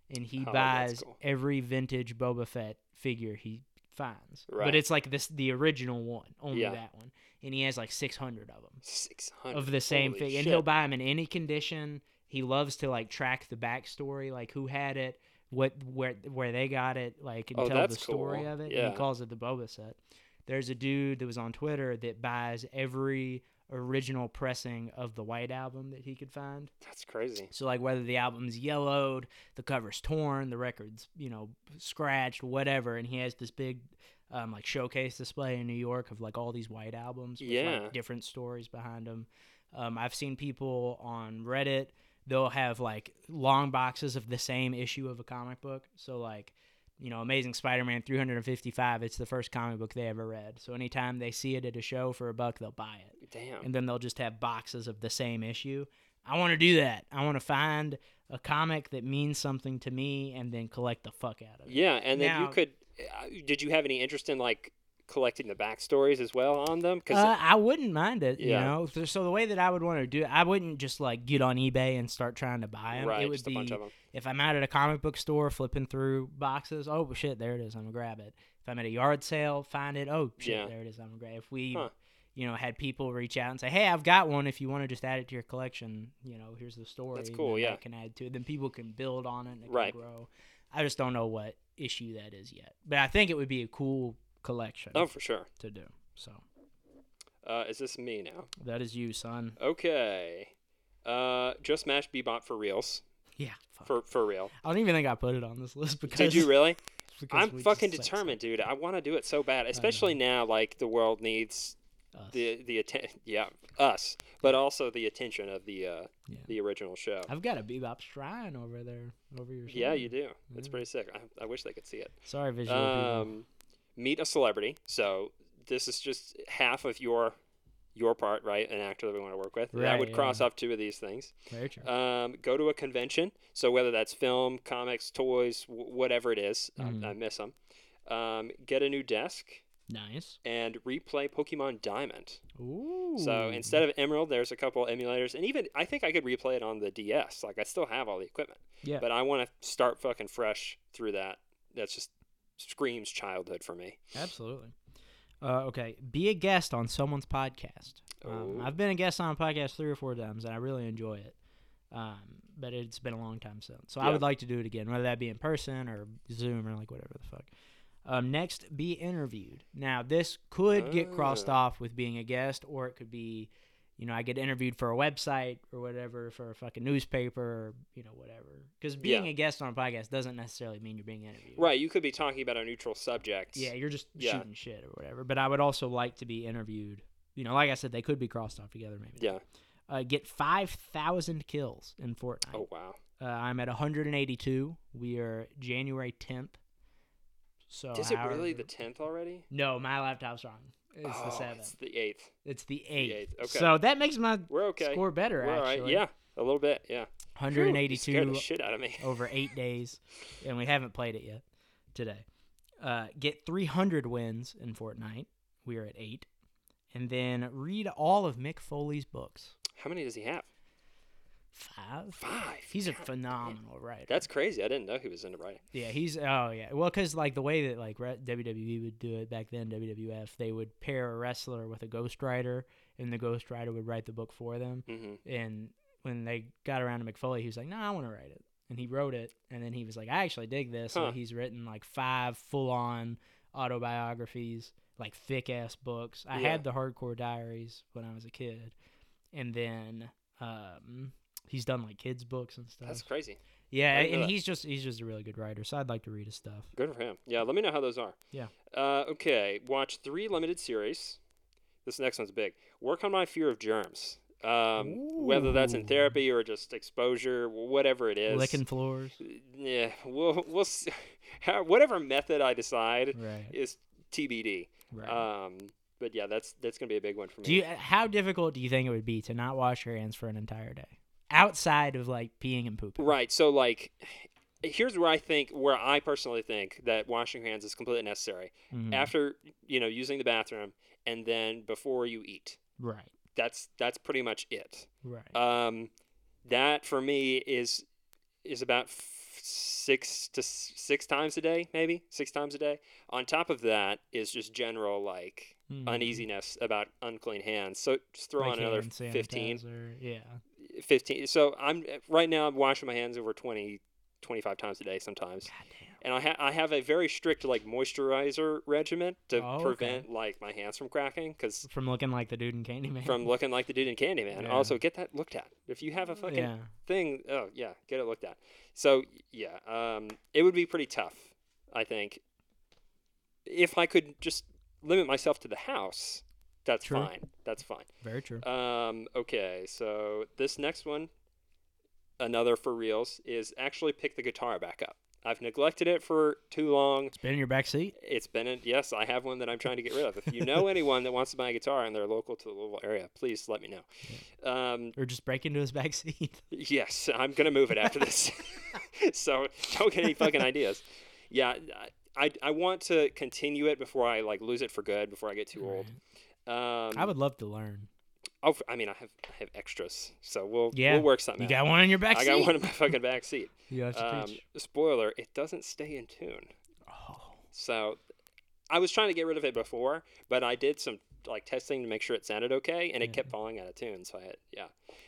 and he
Oh, that's
buys
cool.
every vintage Boba Fett figure he finds
Right.
but it's like this the original one only
Yeah.
that one and he has like 600 of them
600
of the same
Holy
thing and
shit.
he'll buy them in any condition he loves to like track the backstory like who had it what where where they got it like and
Oh,
tell the
that's
story
cool.
of it and
Yeah.
he calls it the boba set there's a dude that was on twitter that buys every original pressing of the white album that he could find
that's crazy
so like whether the album's yellowed, the cover's torn, the record's you know scratched, whatever, and he has this big um, like showcase display in New York of like all these white albums with
Yeah.
like different stories behind them. Um, I've seen people on Reddit they'll have like long boxes of the same issue of a comic book. So like you know, Amazing Spider-Man 355. It's the first comic book they ever read. So anytime they see it at a show for a buck, they'll buy it
damn
and then they'll just have boxes of the same issue. I want to do that. I want to find a comic that means something to me and then collect the fuck out of it.
yeah and then
Now-
you could uh, did you have any interest in like collecting the backstories as well on them because
Uh, I wouldn't mind it, you
Yeah.
know. So- So the way that I would want to do it, I wouldn't just like get on eBay and start trying to buy them.
right
it would
just
be
a bunch of them
if I'm out at a comic book store flipping through boxes, oh shit, there it is. I'm gonna grab it. If I'm at a yard sale, find it. Oh shit,
Yeah.
there it is. I'm gonna grab. If we,
Huh.
you know, had people reach out and say, hey, I've got one. If you want to just add it to your collection, you know, here's the story.
cool,
Then
yeah.
I can add to it. Then people can build on it and it
Right.
can grow. I just don't know what issue that is yet, but I think it would be a cool collection
oh for sure
to do. So
uh, is this me now
that is you, son.
okay uh, just mash bebop for reals
Yeah. Fuck.
for for real
I don't even think I put it on this list because
did you really
because
I'm
we
fucking
just, like,
determined, dude. I want to do it so bad, especially now. Like the world needs
us.
the the atten- yeah us, but also the attention of the uh,
Yeah.
the original show.
I've got a bebop shrine over there, over your.
Yeah,
shoulder.
you do. It's
Yeah.
pretty sick. I, I wish they could see it.
Sorry, visual people.
Um, meet a celebrity. So this is just half of your your part, right? An actor that we want to work with. I
Right,
would cross
yeah.
off two of these things.
Very true.
Um, go to a convention. So whether that's film, comics, toys, w- whatever it is,
Mhm.
I, I miss them. Um, get a new desk
nice.
and replay Pokemon Diamond.
Ooh.
So instead of Emerald, there's a couple emulators, and even I think I could replay it on the DS. Like I still have all the equipment.
Yeah.
But I want to start fucking fresh through that. That's just screams childhood for me.
Absolutely. Uh, okay, be a guest on someone's podcast. Um,
Oh.
I've been a guest on a podcast three or four times, and I really enjoy it. Um, but it's been a long time since, so I
Yeah.
would like to do it again, whether that be in person or Zoom or like whatever the fuck. Um, next, be interviewed. Now, this could get crossed
Ah.
off with being a guest, or it could be, you know, I get interviewed for a website or whatever, for a fucking newspaper, or, you know, whatever. Because being
Yeah.
a guest on a podcast doesn't necessarily mean you're being interviewed.
Right, you could be talking about a neutral subject.
Yeah, you're just
Yeah.
shooting shit or whatever. But I would also like to be interviewed. You know, like I said, they could be crossed off together, maybe.
Yeah.
Uh, get 5,000 kills in Fortnite.
Oh wow.
Uh, I'm at 182. We are January 10th. So
Is it
our-
really the tenth already?
No, my laptop's wrong. It's the
Oh,
7th.
It's
It's,
the eighth.
the 8th.
eighth, okay.
So that makes my
We're okay.
score better,
We're all
actually.
right. Yeah, a little bit. Yeah. Phew, you scared
182
the shit out of me.
over eight days, and we haven't played it yet today. Uh, get 300 wins in Fortnite. We are at eight. And then read all of Mick Foley's books.
How many does he have?
Five.
Five.
He's a
God.
phenomenal writer.
That's crazy. I didn't know he was into writing.
yeah, he's oh yeah. Well, because like the way that like re- WWE would do it back then, WWF, they would pair a wrestler with a ghostwriter, and the ghostwriter would write the book for them.
Mm-hmm.
And when they got around to McFoley, he was like, "No, I want to write it," and he wrote it. And then he was like, "I actually dig this." So
Huh.
he's written like five full-on autobiographies, like thick-ass books. I
Yeah.
had the Hardcore Diaries when I was a kid, and then um, he's done like kids' books and stuff.
That's crazy.
yeah,
I didn't know
and
that.
he's just he's just a really good writer. So I'd like to read his stuff.
Good for him. Yeah, let me know how those are.
Yeah.
Uh, okay, watch three limited series. This next one's big. Work on my fear of germs. Um, whether that's in
Ooh.
therapy or just exposure, whatever it is.
Licking floors,
Yeah, we'll we'll s- how, whatever method I decide
right?
is TBD.
Right.
Um, but yeah, that's that's gonna be a big one for me.
do you how difficult do you think it would be to not wash your hands for an entire day outside of like peeing and pooping?
Right. So like here's where I think where I personally think that washing your hands is completely necessary.
Mhm.
After, you know, using the bathroom and then before you eat.
Right.
That's that's pretty much it.
Right.
Um that for me is is about f- 6 to s- 6 times a day, maybe. 6 times a day. On top of that is just general like
Mm.
uneasiness about unclean hands. So just throw
Like
on another
hand
15
sanitizer, Yeah.
15 so i'm right now i'm washing my hands over 20 25 times a day sometimes
Goddamn.
and i, ha- I have a very strict like moisturizer regimen to
Oh, okay.
prevent like my hands from cracking because
From looking like the dude in Candyman.
from looking like the dude in Candyman.
Yeah.
Also, get that looked at. If you have a fucking
yeah.
thing, oh yeah, get it looked at. So yeah, um, it would be pretty tough, I think, if I could just limit myself to the house. That's
True.
fine. That's fine.
Very true.
Um, okay, so this next one, another for reals, is actually pick the guitar back up. I've neglected it for too long.
It's been in your back seat.
It's been in, yes, I have one that I'm trying to get rid of. If you know anyone that wants to buy a guitar and they're local to the Louisville area, please let me know. Um,
Or just break into his back seat.
yes, I'm gonna move it after this, so don't get any fucking ideas. Yeah, I, I I want to continue it before I like lose it for good before I get too old. Um,
I would love to learn.
I'll, I mean, I have I have extras, so we'll
Yeah.
we'll work something
You
out.
got one in your back
I
seat.
got one in my fucking back seat.
You have to
Um,
preach.
spoiler: it doesn't stay in tune.
Oh.
So, I was trying to get rid of it before, but I did some like testing to make sure it sounded okay, and it
Yeah.
kept falling out of tune. So I, had, yeah,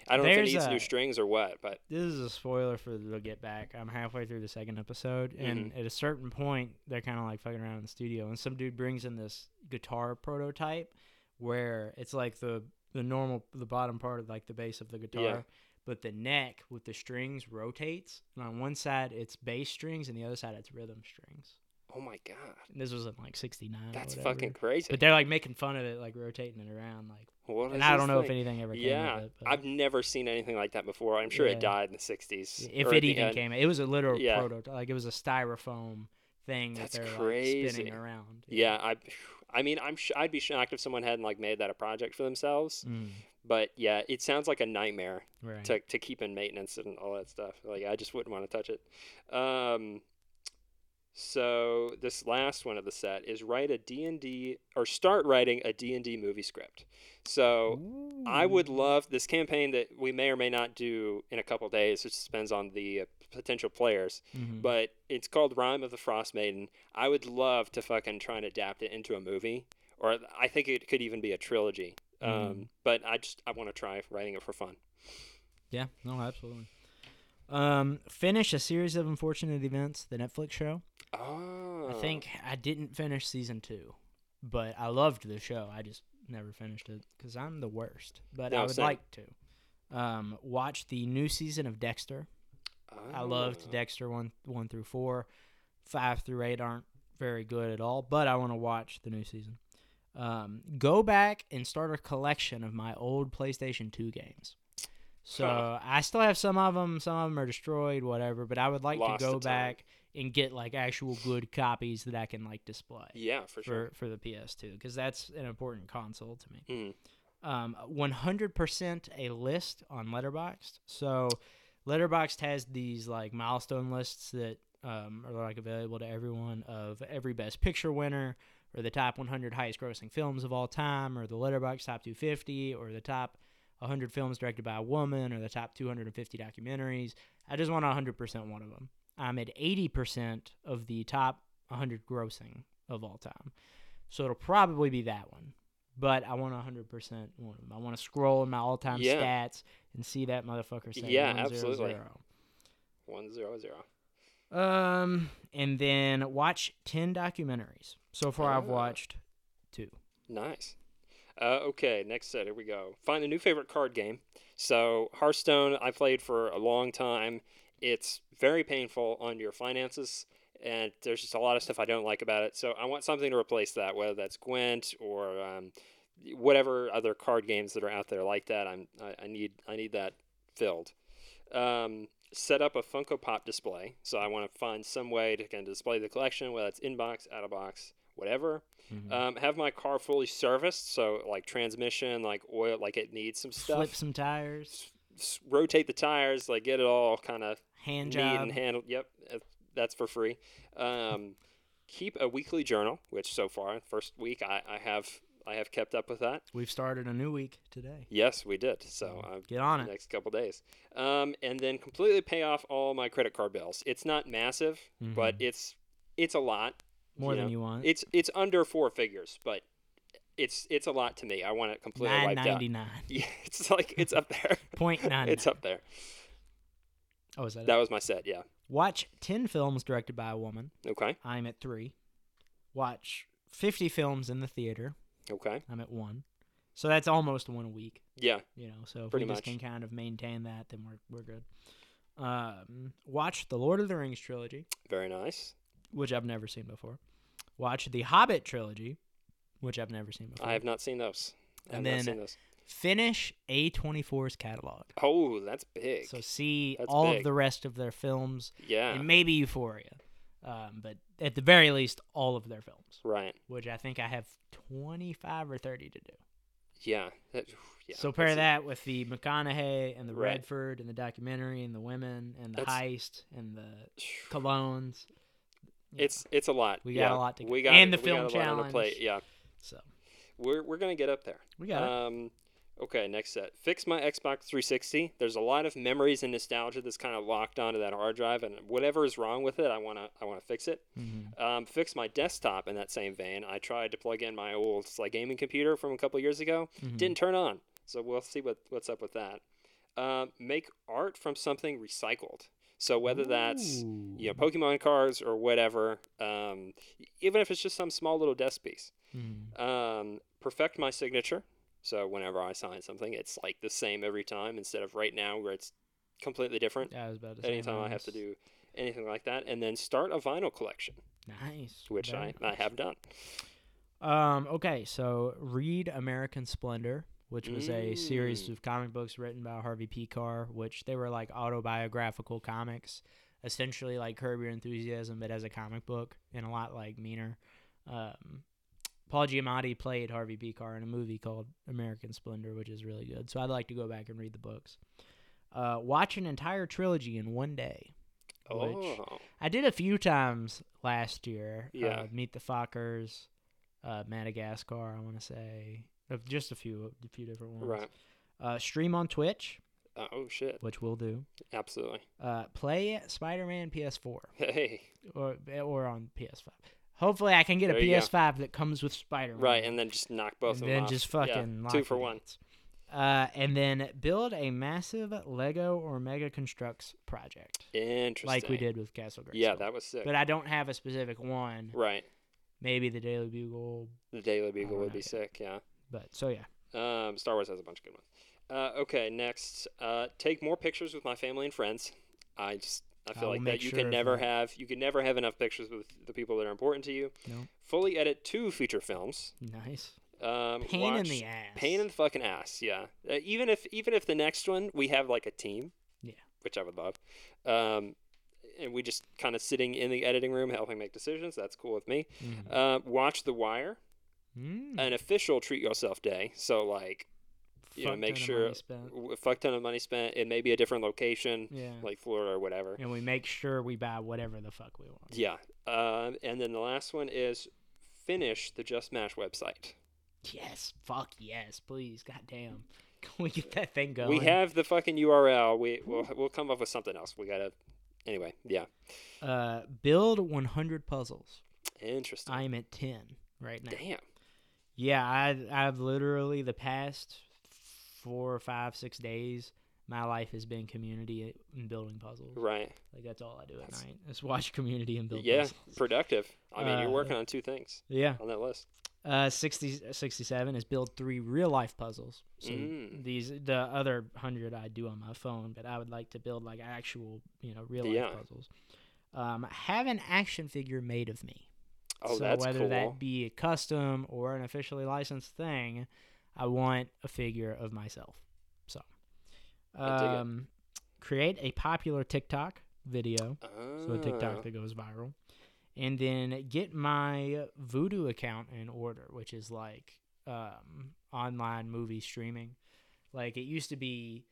I don't know if
There's
it needs
a-
new strings or what, but
This is a spoiler for the Get Back. I'm halfway through the second episode, and
Mm-hmm.
at a certain point, they're kind of like fucking around in the studio, and some dude brings in this guitar prototype where it's like the the normal the bottom part of like the base of the guitar, but the neck with the strings rotates, and on one side it's bass strings, and the other side it's rhythm strings.
Oh my god,
And this was in like '69. or
that's
whatever.
fucking crazy.
But they're like making fun of it, like rotating it around, like.
What is
And I
this
don't know if
thing?
anything ever came
Yeah,
of it. but-
I've never seen anything like that before. I'm sure
Yeah.
it died in the '60s.
if
or at
it
the
even
end.
came, it was a literal
Yeah.
prototype. Like it was a styrofoam thing
That's
that they're like
crazy.
spinning around.
Yeah, I, I mean, I'm sh- I'd be shocked if someone hadn't like made that a project for themselves.
Mm,
But yeah, it sounds like a nightmare
right.
to to keep in maintenance and all that stuff. Like I just wouldn't want to touch it. Um, so this last one of the set is write a D and D or start writing a D and D movie script. So oh, I would
Ooh.
love this campaign that we may or may not do in a couple days. It just depends on the uh, potential players.
Mhm.
But it's called Rhyme of the Frost Maiden. I would love to fucking try and adapt it into a movie, or I think it could even be a trilogy. Um,
Mm.
But I just I want to try writing it for fun.
Yeah, no, absolutely. Um, finish a series of unfortunate events. The Netflix show.
Oh,
I think I didn't finish season two, but I loved the show. I just never finished it because I'm the worst. But I
No,
would
same.
like to. Um, watch the new season of Dexter. I loved
Oh.
Dexter one one through four, five through eight aren't very good at all. But I want to watch the new season. Um, go back and start a collection of my old PlayStation Two games. So
Huh.
I still have some of them. Some of them are destroyed, whatever. But I would like
Lost
to go
a ton.
back and get like actual good copies that I can like display
Yeah, for sure.
for for the PS2 because that's an important console to me
Mm.
um, 100% a list on Letterboxd. So Letterboxd has these like milestone lists that um, are like available to everyone of every best picture winner or the top 100 highest grossing films of all time or the Letterboxd top 250 or the top 100 films directed by a woman or the top 250 documentaries. I just want 100% one of them. I'm at 80% of the top 100 grossing of all time. So it'll probably be that one. But I want 100% one of them. I want to scroll in my all time
Yeah.
stats and see that motherfucker say
Yeah,
100.
absolutely. One zero zero.
Um, and then watch 10 documentaries. So far, I've
Ah.
watched two.
Nice. Uh, okay, next set. Here we go. Find a new favorite card game. So Hearthstone, I played for a long time. It's very painful on your finances, and there's just a lot of stuff I don't like about it. So I want something to replace that, whether that's Gwent or um, whatever other card games that are out there like that. I'm I, I need I need that filled. Um, set up a Funko Pop display. So I want to find some way to kind of display the collection, whether it's inbox, out of box, whatever. Um, have my car fully serviced, so like transmission, like oil, like it needs some stuff.
Flip some tires,
S- rotate the tires, like get it all kind of
hand
neat
job.
and handled. Yep, uh, that's for free. Um, keep a weekly journal, which so far first week I, I have I have kept up with that.
We've started a new week today.
Yes, we did. So uh, I'm
Get Mm. on
the
it.
next couple days. Um, and then completely pay off all my credit card bills. It's not massive, but
Mm-hmm.
it's it's a lot.
More than
know.
you want.
It's it's under four figures, but it's it's a lot to me. I want it completely
Nine
wiped out.
ninety nine
Yeah, it's like it's up there.
point nine.
it's up there.
oh, is that,
That
it?
was my set. Yeah.
Watch ten films directed by a woman.
Okay.
I'm at three. Watch fifty films in the theater.
Okay.
I'm at one. So that's almost one a week.
Yeah.
You know, so if
Pretty
we just
much.
can kind of maintain that, then we're we're good. Um, watch the Lord of the Rings trilogy,
Very nice.
which I've never seen before. Watch the Hobbit trilogy, which I've never seen before.
I have not seen those. I have
And
not
then-
seen those.
Finish A24's catalog.
Oh, that's big.
So see
That's
all
big.
of the rest of their films
yeah.
and maybe Euphoria, um, but at the very least, all of their films,
right.
which I think I have 25 or 30 to do.
Yeah. That, yeah.
so pair
that's-
that with the McConaughey and the
Right.
Redford and the documentary and the women and the
That's-
heist and the colognes. Yeah.
It's it's a lot.
We got
Yeah.
a lot to go-
We got
and the
we got
film
a lot on the plate.
challenge.
Yeah.
so
We're we're gonna get up there.
we got it.
Um, okay, next set. Fix my Xbox 360. There's a lot of memories and nostalgia that's kind of locked onto that hard drive, and whatever is wrong with it, I wanna I wanna fix it.
Mhm.
Um, fix my desktop in that same vein. I tried to plug in my old like gaming computer from a couple years ago.
Mhm.
Didn't turn on. So we'll see what what's up with that. Um, make art from something recycled. So whether that's you know
Ooh.
Pokemon cards or whatever, um, even if it's just some small little desk piece
Mhm.
um, perfect my signature. So whenever I sign something, it's like the same every time instead of right now where it's completely different.
Yeah, I was about to say
Anytime I have
mine's-
to do anything like that, and then start a vinyl collection.
Nice.
which
Very
I, I have done.
Um, okay, so read American Splendor, which was a series
Mm.
of comic books written by Harvey P. Carr, which they were like autobiographical comics, essentially like Curb Your Enthusiasm, but as a comic book and a lot like meaner. Um, Paul Giamatti played Harvey P. Carr in a movie called American Splendor, which is really good. So I'd like to go back and read the books. Uh, watch an entire trilogy in one day.
Oh,
Which- I did a few times last year.
Yeah.
Uh, Meet the Fockers, uh, Madagascar. I want to say Uh, just a few, a few different ones.
right.
Uh, stream on Twitch,
Uh, oh shit!
which we'll do.
Absolutely.
Uh, play Spider-Man PS4
Hey,
or or on PS5. Hopefully, I can get a
There you go.
PS5 that comes with Spider-Man.
right, and then just knock both
and
of
then
them off.
just
Yeah,
fucking lock
two for
it
one.
in. Uh, and then build a massive Lego or Mega Constructs project,
Interesting.
like we did with Castle Grayskull.
Yeah, that was sick.
but I don't have a specific one.
right.
maybe the Daily Bugle.
The Daily
I
Bugle
don't
would
know,
be
yeah.
sick. Yeah.
But so yeah,
Um, Star Wars has a bunch of good ones. Uh, okay, next, uh, take more pictures with my family and friends. I just I
I
feel
will
like
make
that you
sure
can
of
never
that.
have you can never have enough pictures with the people that are important to you.
No.
Fully edit two feature films.
nice.
Um,
Pain in
watch-
the ass.
Pain in the fucking ass. Yeah. Uh, even if even if the next one we have like a team.
Yeah.
Which I would love. Um, and we just kind of sitting in the editing room helping make decisions. That's cool with me.
Mhm.
Uh, watch The Wire.
Mm.
An official treat yourself day. So like you know,
Fuck
make
ton of
sure-
money spent.
w- a fuck ton of money spent. It may be a different location,
Yeah.
like Florida or whatever.
and we make sure we buy whatever the fuck we want.
Yeah. Um, and then the last one is finish the Just Match website.
Yes. Fuck yes, please. God damn. Can we get that thing going?
We have the fucking URL. We we'll, we'll come up with something else. We gotta. Anyway, yeah.
uh, build 100 puzzles.
Interesting.
I'm at 10 right now.
Damn.
Yeah, I I've literally the past four or five six days, my life has been community and building puzzles.
Right.
Like that's all I do at
That's-
night. Is watch community and build.
yeah.
puzzles.
Productive. I mean,
Uh,
you're working on two things
Yeah.
on that list.
Uh, 60, 67 is build three real life puzzles. So
Mm.
these the other hundred I do on my phone, but I would like to build like actual you know real life
Yeah.
puzzles. Um, have an action figure made of me.
Oh,
so
that's
whether
cool.
that be a custom or an officially licensed thing, I want a figure of myself. So,
I dig it.
um, create a popular TikTok video. So a
Ah,
TikTok that goes viral. And then get my Voodoo account in order, which is like um, online movie streaming. Like it used to be,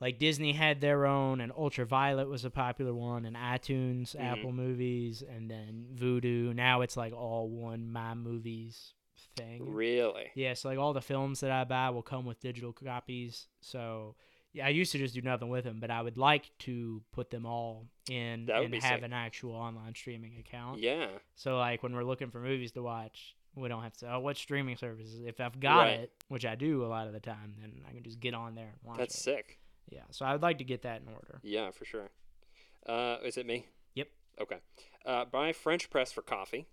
like Disney had their own, and Ultraviolet was a popular one, and iTunes,
Mhm.
Apple Movies, and then Voodoo. Now it's like all one My Movies thing.
Really.
Yeah, so like all the films that I buy will come with digital copies. So yeah, I used to just do nothing with them, but I would like to put them all in
That would
and
be
have
sick.
an actual online streaming account.
Yeah.
So like when we're looking for movies to watch, we don't have to say, oh, what streaming services? If I've got
Right.
it, which I do a lot of the time, then I can just get on there and watch
That's
it.
sick.
Yeah, so I would like to get that in order.
Yeah, for sure. Uh, is it me?
Yep.
Okay. Uh, buy French press for coffee,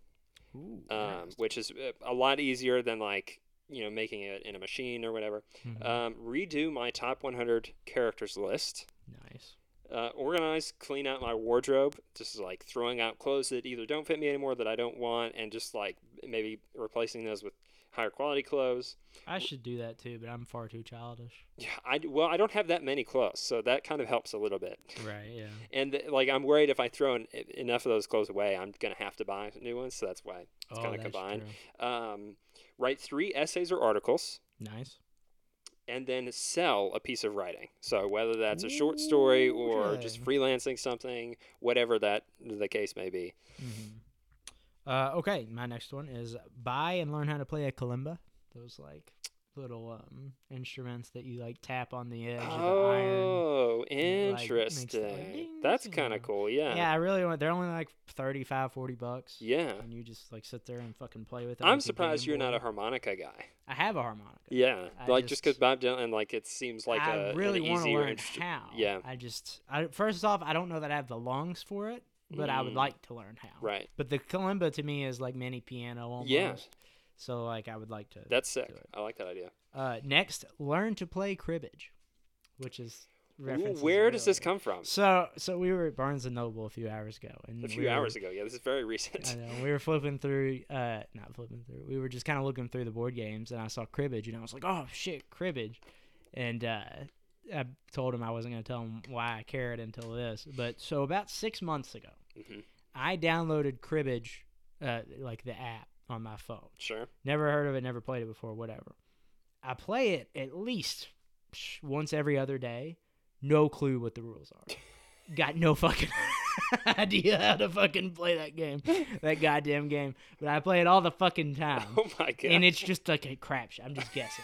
Ooh,
um, which is uh, a lot easier than like you know making it in a machine or whatever.
Mm-hmm.
Um, redo my top 100 characters list.
nice.
Uh, organize, clean out my wardrobe. Just like throwing out clothes that either don't fit me anymore that I don't want, and just like maybe replacing those with higher quality clothes.
I should do that too, but I'm far too childish.
Yeah, I well I don't have that many clothes, so that kind of helps a little bit.
Right, yeah.
And th- like I'm worried if I throw en- e, enough of those clothes away, I'm gonna have to buy new ones. So that's why.
It's
kinda combined. Um, write three essays or articles,
Nice.
and then sell a piece of writing. So whether that's a short story or just
Okay.
freelancing something, whatever that the case may be.
Mhm. Uh, okay, my next one is buy and learn how to play a kalimba. Those like little um, instruments that you like tap on the edge of the iron. it,
Oh,
like, makes the
interesting.
ding,
that's
you
kind
know.
of cool.
Yeah.
Yeah.
I really want. They're only like 35, 40 bucks.
Yeah.
And you just like sit there and fucking play with it.
I'm
like a
surprised
Game
you're not a
Boy.
harmonica guy.
I have a harmonica.
Yeah,
I
like just because
just-
Bob Dylan, like it seems like
I
a an
really wanna
easier
learn
instru-
how.
Yeah.
I just, I, first off, I don't know that I have the lungs for it, but I would
Mm.
like to learn how.
Right.
But the kalimba to me is like mini piano almost.
Yeah.
So like I would like to.
That's sick.
it.
I like that idea.
Uh, next, learn to play cribbage, which is references.
Where does this
earlier.
come from?
So, so we were at Barnes and Noble a few hours ago, and
A
we
few
were-
hours ago. Yeah, this is very recent.
I know. We were flipping through, uh, not flipping through. We were just kind of looking through the board games, and I saw cribbage, and I was like, "Oh shit, cribbage!" And uh, I told him I wasn't gonna tell him why I cared until this. But so about six months ago,
hmm
I downloaded cribbage, uh, like the app on my phone.
Sure.
Never heard of it, never played it before, whatever. I play it at least psh, once every other day. No clue what the rules are. Got no fucking idea how to fucking play that game, that goddamn game. But I play it all the fucking time,
Oh my god.
and it's just like a crap show. I'm just guessing.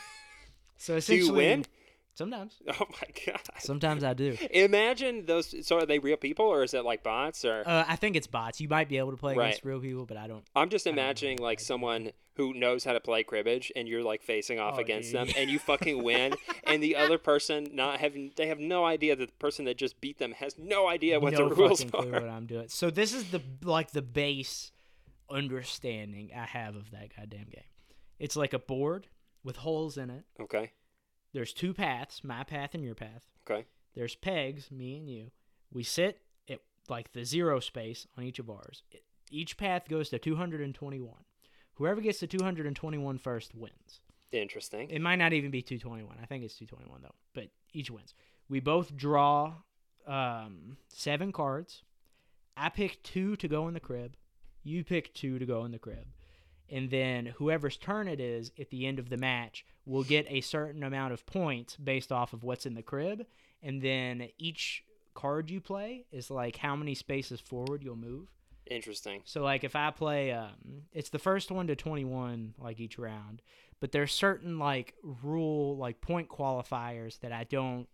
So
Do
essentially,
you win?
Sometimes,
Oh my god.
sometimes I do.
Imagine those. So are they real people or is it like bots? Or
Uh, I think it's bots. You might be able to play
Right.
against real people, but I don't.
I'm just
don't know
imagining
what I'd
like
do.
someone who knows how to play cribbage and you're like facing off
Oh,
against
dude.
them and you fucking win and the other person not having they have no idea that the person that just beat them has no idea what
no
the rules
fucking clue
are.
what I'm doing. So this is the like the base understanding I have of that goddamn game. It's like a board with holes in it.
Okay.
There's two paths, my path and your path.
Okay.
There's pegs, me and you. We sit at like the zero space on each of ours. It, each path goes to 221. Whoever gets to 221 first wins.
Interesting.
It might not even be 221. I think it's 221 though. But each wins. We both draw um, seven cards. I pick two to go in the crib. You pick two to go in the crib. And then whoever's turn it is at the end of the match will get a certain amount of points based off of what's in the crib. And then each card you play is like how many spaces forward you'll move.
Interesting.
So like if I play um it's the first one to 21 like each round, but there's certain like rule like point qualifiers that I don't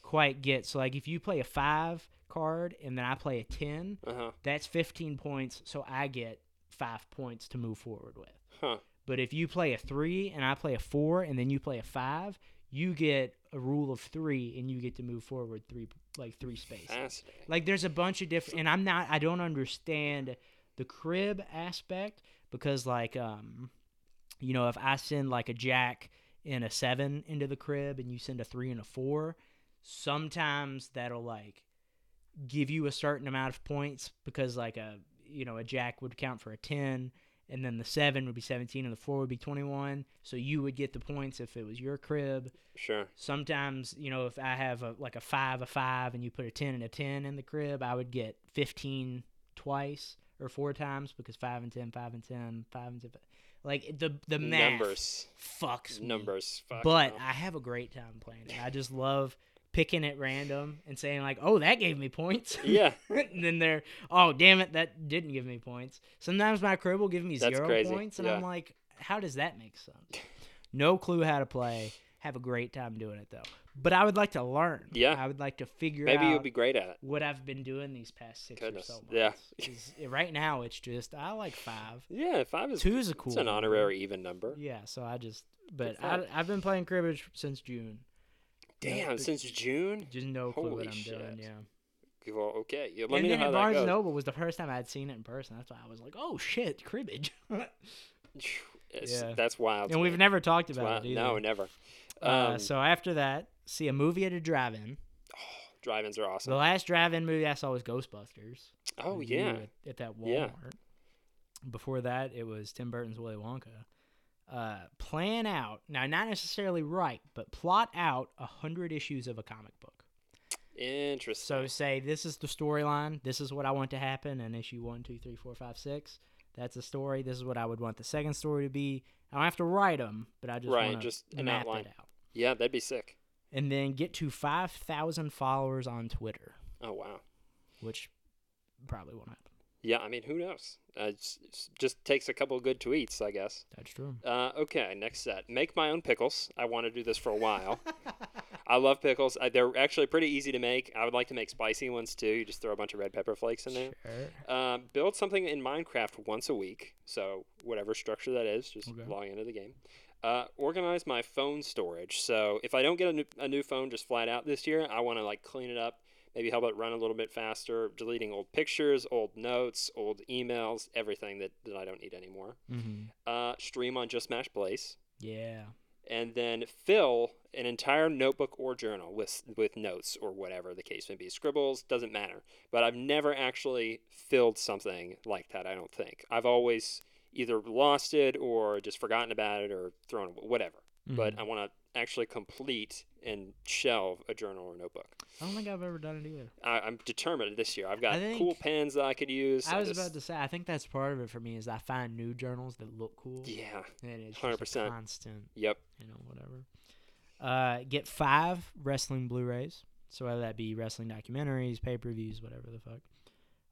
quite get. So like if you play a 5 card and then I play a 10,
Uh huh.
that's 15 points, so I get 5 points to move forward with.
Huh.
But if you play a 3 and I play a 4 and then you play a 5, you get a rule of 3 and you get to move forward 3 like 3 spaces.
Fascinating.
Like there's a bunch of different, and I'm not, I don't understand the crib aspect because like, um, you know, if I send like a jack and a seven into the crib and you send a three and a four, sometimes that'll like give you a certain amount of points because like a, you know, a jack would count for a 10 and then the seven would be 17 and the four would be 21. So you would get the points if it was your crib
Sure.
sometimes you know if i have a like a five a five and you put a ten and a ten in the crib i would get 15 twice or four times because five and ten five and ten five and ten like the the math
Numbers.
fucks me.
Numbers. Fuck
but
no.
i have a great time playing it i just love picking at random and saying like oh that gave me points
yeah.
and then they're oh damn it that didn't give me points sometimes my crib will give me
That's
zero
crazy,
points and i'm
yeah.
like how does that make sense no clue how to play have a great time doing it though but i would like to learn
Yeah.
i would like to figure
Maybe
out
you'll be great at it.
what i've been doing these past six
Goodness,
or so
yeah.
months 'Cause right now it's just i like five
Yeah. Five is.
two's a cool
It's an
number.
honorary even number.
yeah so i just but
for
I,
it.
i've been playing cribbage since june
Damn.
but-
since June.
just no clue what
Holy
i'm doing
shit.
yeah
Well, okay. Yeah, let
and
me
then
know how
at
that
Barnes
goes.
Noble was the first time I'd seen it in person. That's why I was like, "Oh shit, cribbage!"
It's-
Yeah.
That's wild. to
and we've
me.
never talked
It's
about
wild.
it either.
No, never.
uh,
um,
so after that, see a movie at a drive-in.
Drive-ins are awesome.
The last drive-in movie I saw was Ghostbusters.
oh
with you
yeah.
at, at that
Yeah.
Walmart. Before that, it was Tim Burton's Willy Wonka. Uh, plan out now, not necessarily right, but plot out a hundred issues of a comic book. So
Interesting.
say this is the storyline. This is what I want to happen in issue one, two, three, four, five, six. That's the story. This is what I would want the second story to be. I don't have to write them, but I just
Right,
wanna
just an
map
outline.
it out,
yeah, that'd be sick.
and then get to five thousand followers on Twitter,
Oh wow.
which probably won't happen.
Yeah, I mean, who knows? Uh, it's- it's- just takes a couple of good tweets, I guess.
That's true.
Uh, okay, next set. Make my own pickles. I want to do this for a while. I love pickles. I, they're actually pretty easy to make. I would like to make spicy ones too. You just throw a bunch of red pepper flakes in there.
Sure.
Um, build something in Minecraft once a week. So whatever structure that is, just
Okay.
log into the game. Uh, organize my phone storage. So if I don't get a new, a new phone just flat out this year, I want to like clean it up. Maybe help it run a little bit faster. Deleting old pictures, old notes, old emails, everything that, that I don't need anymore.
Mm-hmm.
Uh, stream on Just Mash Blaze.
Yeah.
and then fill an entire notebook or journal with with notes or whatever the case may be. Scribbles doesn't matter, but I've never actually filled something like that. I don't think I've always either lost it or just forgotten about it or thrown it, whatever. But
Mhm.
I want to actually complete and shelve a journal or notebook.
I don't think I've ever done it either.
I, I'm determined this year. I've got
I think-
cool pens that I could use.
I was
just-
about to say, I think that's part of it for me is I find new journals that look cool.
Yeah.
And it's just a
100%.
constant,
Yep.
you know, whatever. Uh, get five wrestling Blu-rays. So whether that be wrestling documentaries, pay-per-views, whatever the fuck.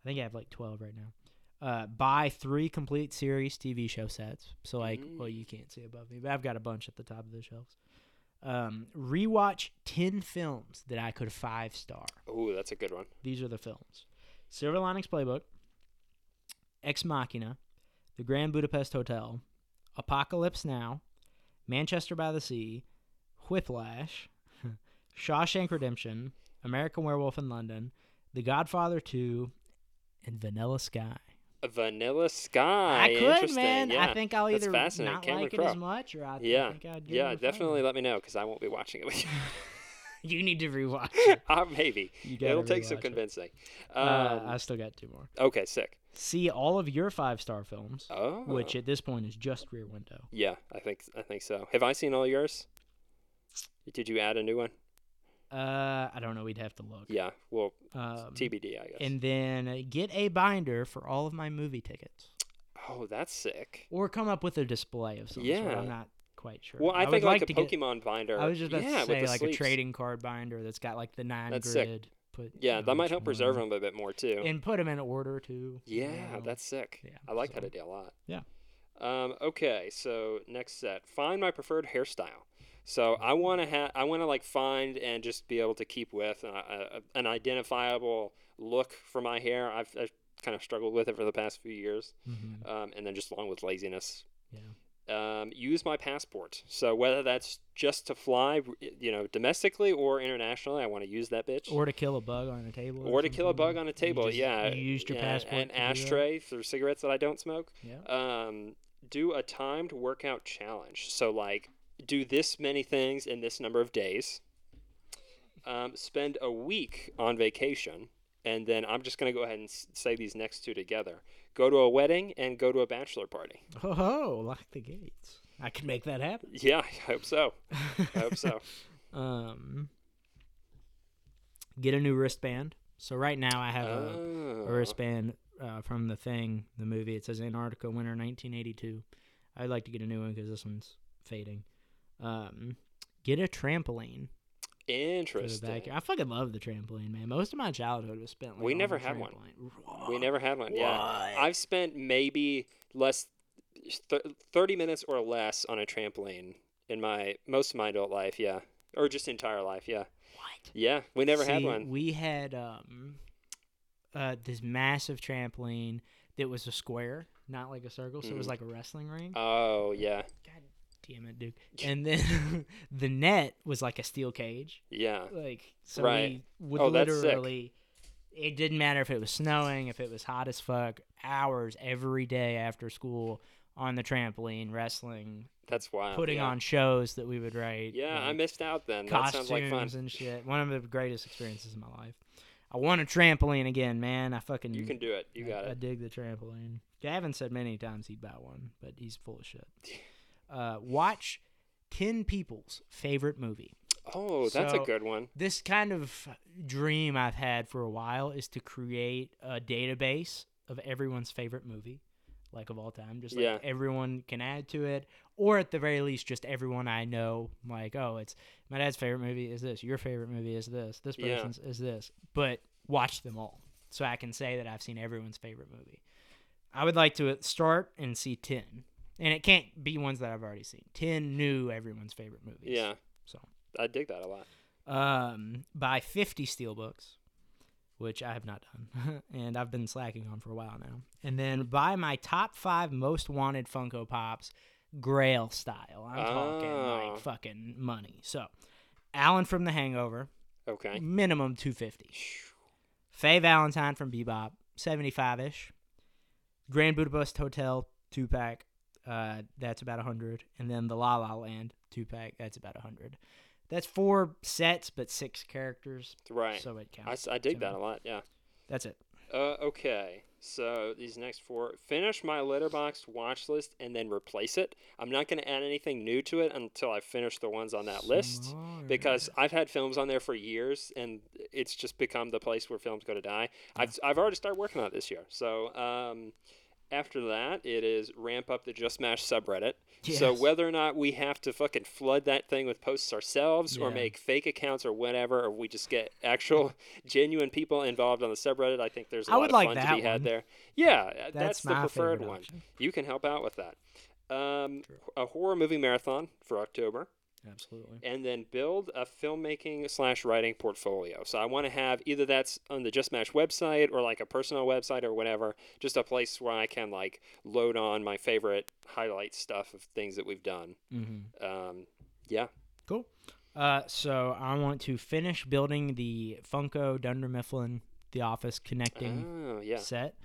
I think I have like 12 right now. Uh, buy three complete series TV show sets. So like, well, you can't see above me, but I've got a bunch at the top of the shelves. Um, rewatch 10 films that I could five star.
Oh, that's a good one.
These are the films: Silver Linings Playbook, Ex Machina, The Grand Budapest Hotel, Apocalypse Now, Manchester by the Sea, Whiplash, Shawshank Redemption, American Werewolf in London, The Godfather 2, and Vanilla Sky.
A Vanilla Sky.
I could,
Interesting.
man.
Ah, Yeah.
I think I'll
That's
either not
fascinating.
like
Cameron
it
Crowe.
as much, or I th-
Yeah.
think I'd give
yeah,
it a try.
definitely let me know because I won't be watching it with
You need to rewatch.
you.
It.
uh, maybe.
You gotta
It'll take some
rewatch it.
convincing. Um,
Uh, I still got two more.
okay, sick.
See all of your five star films.
Oh.
which at this point is just Rear Window.
Yeah, I think I think so. Have I seen all yours? Did you add a new one?
Uh, I don't know. We'd have to look.
Yeah. Well,
Um,
TBD, I guess.
And then uh, get a binder for all of my movie tickets,
oh, that's sick.
or come up with a display of some sort.
Yeah.
I'm not quite sure.
Well, I,
would
think like,
to
a Pokemon binder.
Get, I was just about
yeah,
to
with
say
the
like
sleeves.
a trading card binder that's got like the nine
That's sick.
grid. Put
Yeah,
you know,
that might
each
help preserve
Oh, one.
them a bit more too.
and put them in order too. you
yeah,
know.
that's sick.
yeah,
I like
so-
that idea a lot.
Yeah.
Um, okay, so next set, find my preferred hairstyle. So I want to have, I want to like find and just be able to keep with uh, uh, an identifiable look for my hair. I've, I've kind of struggled with it for the past few years,
Mhm,
um, and then just along with laziness.
yeah.
Um, use my passport. So whether that's just to fly, you know, domestically or internationally, I want to use that bitch.
Or to kill a bug on a table.
Or to kill a
something.
bug on a table.
just-
yeah,
you used your
yeah,
passport
An
to do that?
ashtray for cigarettes that I don't smoke.
Yeah.
Um, do a timed workout challenge. So like, do this many things in this number of days. Um, spend a week on vacation, and then I'm just gonna go ahead and s- say these next two together. Go to a wedding and go to a bachelor party.
Oh, Ho ho! Lock the gates. I can make that happen.
Yeah, I hope so. I hope so.
um, get a new wristband. So right now I have a, a
Oh.
wristband uh, from the thing, the movie. It says Antarctica Winter 1982. I'd like to get a new one because this one's fading. Um, get a trampoline. For the
Interesting.
back. I fucking love the trampoline, man. Most of my childhood was spent. Like,
We
on
never
the
had one.
trampoline.
We never had one. Yeah.
What?
I've spent maybe less thir- 30 minutes or less on a trampoline in my most of my adult life, yeah. Or just entire life, yeah.
What?
Yeah, we never had
See,
one.
We had um, uh, this massive trampoline that was a square, not like a circle, so it was
Mhm.
like a wrestling ring.
Oh, yeah.
God damn it, Duke. And then the net was like a steel cage.
Yeah.
Like so
Right.
we would
Oh, that's sick.
literally it didn't matter if it was snowing, if it was hot as fuck, hours every day after school on the trampoline, wrestling,
That's wild.
putting
Uh, yeah.
on shows that we would write.
Yeah, I
like,
missed out then. That
costumes
sounds like fun.
and shit. One of the greatest experiences of my life. I want a trampoline again, man. I fucking
You can do it. You
I-
got
I
it.
dig the trampoline. Gavin said many times he'd buy one, but he's full of shit. Uh, watch 10 people's favorite movie.
Oh, that's a
So-
good one.
This kind of dream I've had for a while is to create a database of everyone's favorite movie, like of all time. Just like
Yeah.
everyone can add to it, or at the very least, just everyone I know. Like, oh, it's my dad's favorite movie is this, your favorite movie is this, this
Yeah.
person's is this, but watch them all. So I can say that I've seen everyone's favorite movie. I would like to uh, start and see 10. And it can't be ones that I've already seen. 10 new everyone's favorite movies.
Yeah.
So,
I dig that a lot.
um, buy 50 steelbooks, which I have not done. and I've been slacking on for a while now. And then buy my top five most wanted Funko Pops, Grail style. I'm talking
Oh.
like fucking money. So, Alan from The Hangover, Mm,
Okay.
minimum 250. Faye Valentine from Bebop, 75 ish. Grand Budapest Hotel, two pack. Uh, that's about 100. And then the La La Land two pack, that's about 100. That's four sets, but six characters.
Right.
So it
I,
counts.
s- I dig
So
that a lot. Yeah.
That's it.
Uh, okay. So these next four finish my letterbox watch list and then replace it. I'm not going to add anything new to it until I finish the ones on that list
Mm-hmm.
because I've had films on there for years and it's just become the place where films go to die. I've, I've already started working on it this year. So um, after that, it is ramp up the Just Smash subreddit. So
Yes.
whether or not we have to fucking flood that thing with posts ourselves or
Yeah.
make fake accounts or whatever, or we just get actual genuine people involved on the subreddit, I think there's a
I
lot
would
of
like
fun to
that
be had
one.
there. Yeah, uh, that's, the
my
preferred
favorite
one.
option.
You can help out with that. Um, a horror movie marathon for October
Absolutely.
and then build a filmmaking slash writing portfolio. So I want to have either that's on the Just Match website or like a personal website or whatever, just a place where I can like load on my favorite highlight stuff of things that we've done.
Mm-hmm.
Um, yeah,
Cool. Uh, so I want to finish building the Funko Dunder Mifflin The Office connecting
oh yeah,
set.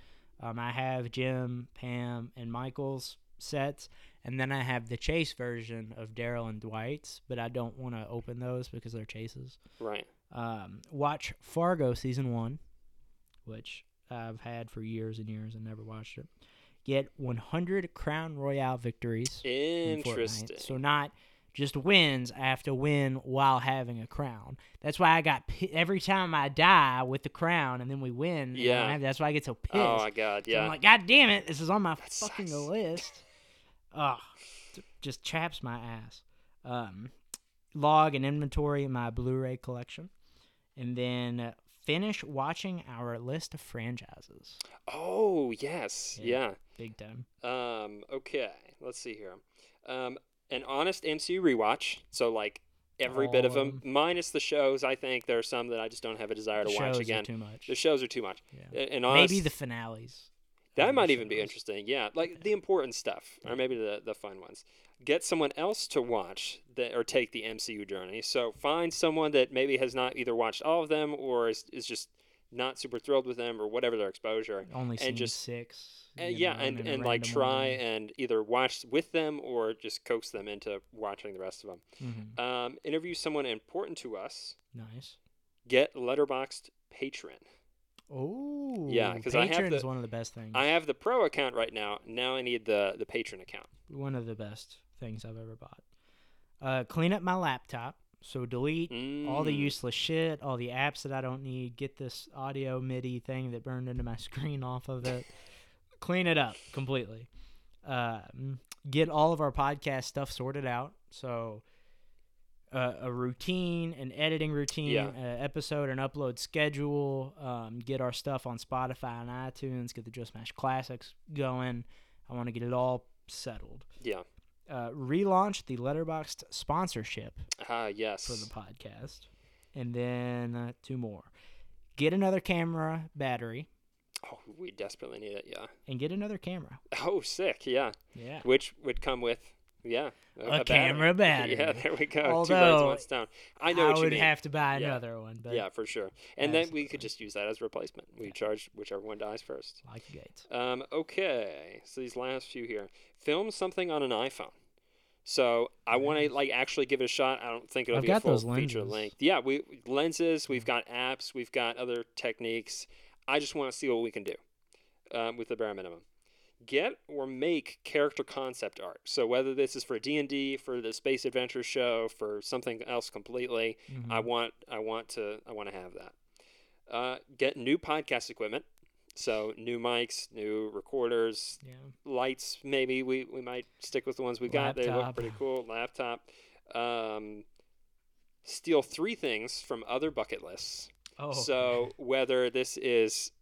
Um, I have Jim, Pam, and Michael's sets, and then I have the Chase version of Daryl and Dwight's, but I don't want to open those because they're Chases.
right.
Um, watch Fargo season one, which I've had for years and years and never watched it. Get 100 Crown Royale victories in Fortnite.
Interesting.
So not just wins. I have to win while having a crown. That's why I got pi- every time I die with the crown, and then we win. and I don't
Yeah.
have- that's why I get so pissed.
Oh my god,
So
yeah.
I'm like, God damn it! This is on my fucking
sucks."
list. Ugh, it just chaps my ass. Um, log and inventory in my Blu-ray collection, and then uh, finish watching our list of franchises.
oh yes, yeah.
Yeah. Big time.
Um, okay, let's see here. Um, an honest MCU rewatch. So like every bit
All
of
of
them, minus the shows. I think there are some that I just don't have a desire to
Oh. The
watch
shows are
again.
too much.
The shows are too much.
Yeah.
A- And honest,
Maybe the finales.
that
of
might
the
even be
shows.
interesting. Yeah, like the important stuff, or maybe the the fun ones. Get someone else to watch that, or take the MCU journey. So find someone that maybe has not either watched all of them, or is, is just not super thrilled with them, or whatever their exposure.
Only seen
and just
six.
uh,
you
yeah,
know,
and,
then a
and like
random
try
one.
and either watch with them or just coax them into watching the rest of them.
Mhm.
Um, interview someone important to us.
Nice.
Get letterboxed patron.
Oh.
Yeah, 'cause I have
Patreon's
the-
one of the best things.
I have the pro account right now. Now I need the the patron account.
one of the best things I've ever bought. Uh, clean up my laptop. So delete all the
Mm.
useless shit, all the apps that I don't need. Get this audio MIDI thing that burned into my screen off of it. clean it up completely. Um, get all of our podcast stuff sorted out. So uh, a routine, an editing routine,
Yeah.
a episode, an upload schedule. Um, get our stuff on Spotify and iTunes. Get the Just Smash Classics going. I want to get it all settled.
Yeah.
Uh, relaunch the Letterboxed sponsorship
Ah, yes.
for the podcast, and then uh, two more. Get another camera battery
oh, we desperately need it. Yeah.
and get another camera.
Oh, sick. Yeah.
Yeah.
Which would come with. Yeah,
A camera battery.
Yeah, there we go. Two birds,
Although,
one stone. I know what
I
you
would
mean.
have to buy
Yeah.
another one, but
yeah, for sure. And then we could
Absolutely.
just use that as replacement. We charge whichever one dies first.
like Gates.
Um, okay, so these last few here. Film something on an iPhone. So I want to like actually give it a shot. I don't think it'll
I've
be a
got
full
those
feature
lenses. Hmm.
length. Yeah, we lenses. We've got apps. We've got other techniques. I just want to see what we can do um, with the bare minimum. Get or make character concept art. So whether this is for D and D, for the space adventure show, for something else completely,
Mm-hmm.
I want I want to I want to have that. Uh, get new podcast equipment. So new mics, new recorders,
Yeah.
lights. Maybe we, we might stick with the ones we got. They look
Laptop.
pretty cool. Laptop. Um, steal three things from other bucket lists.
Oh.
So whether this is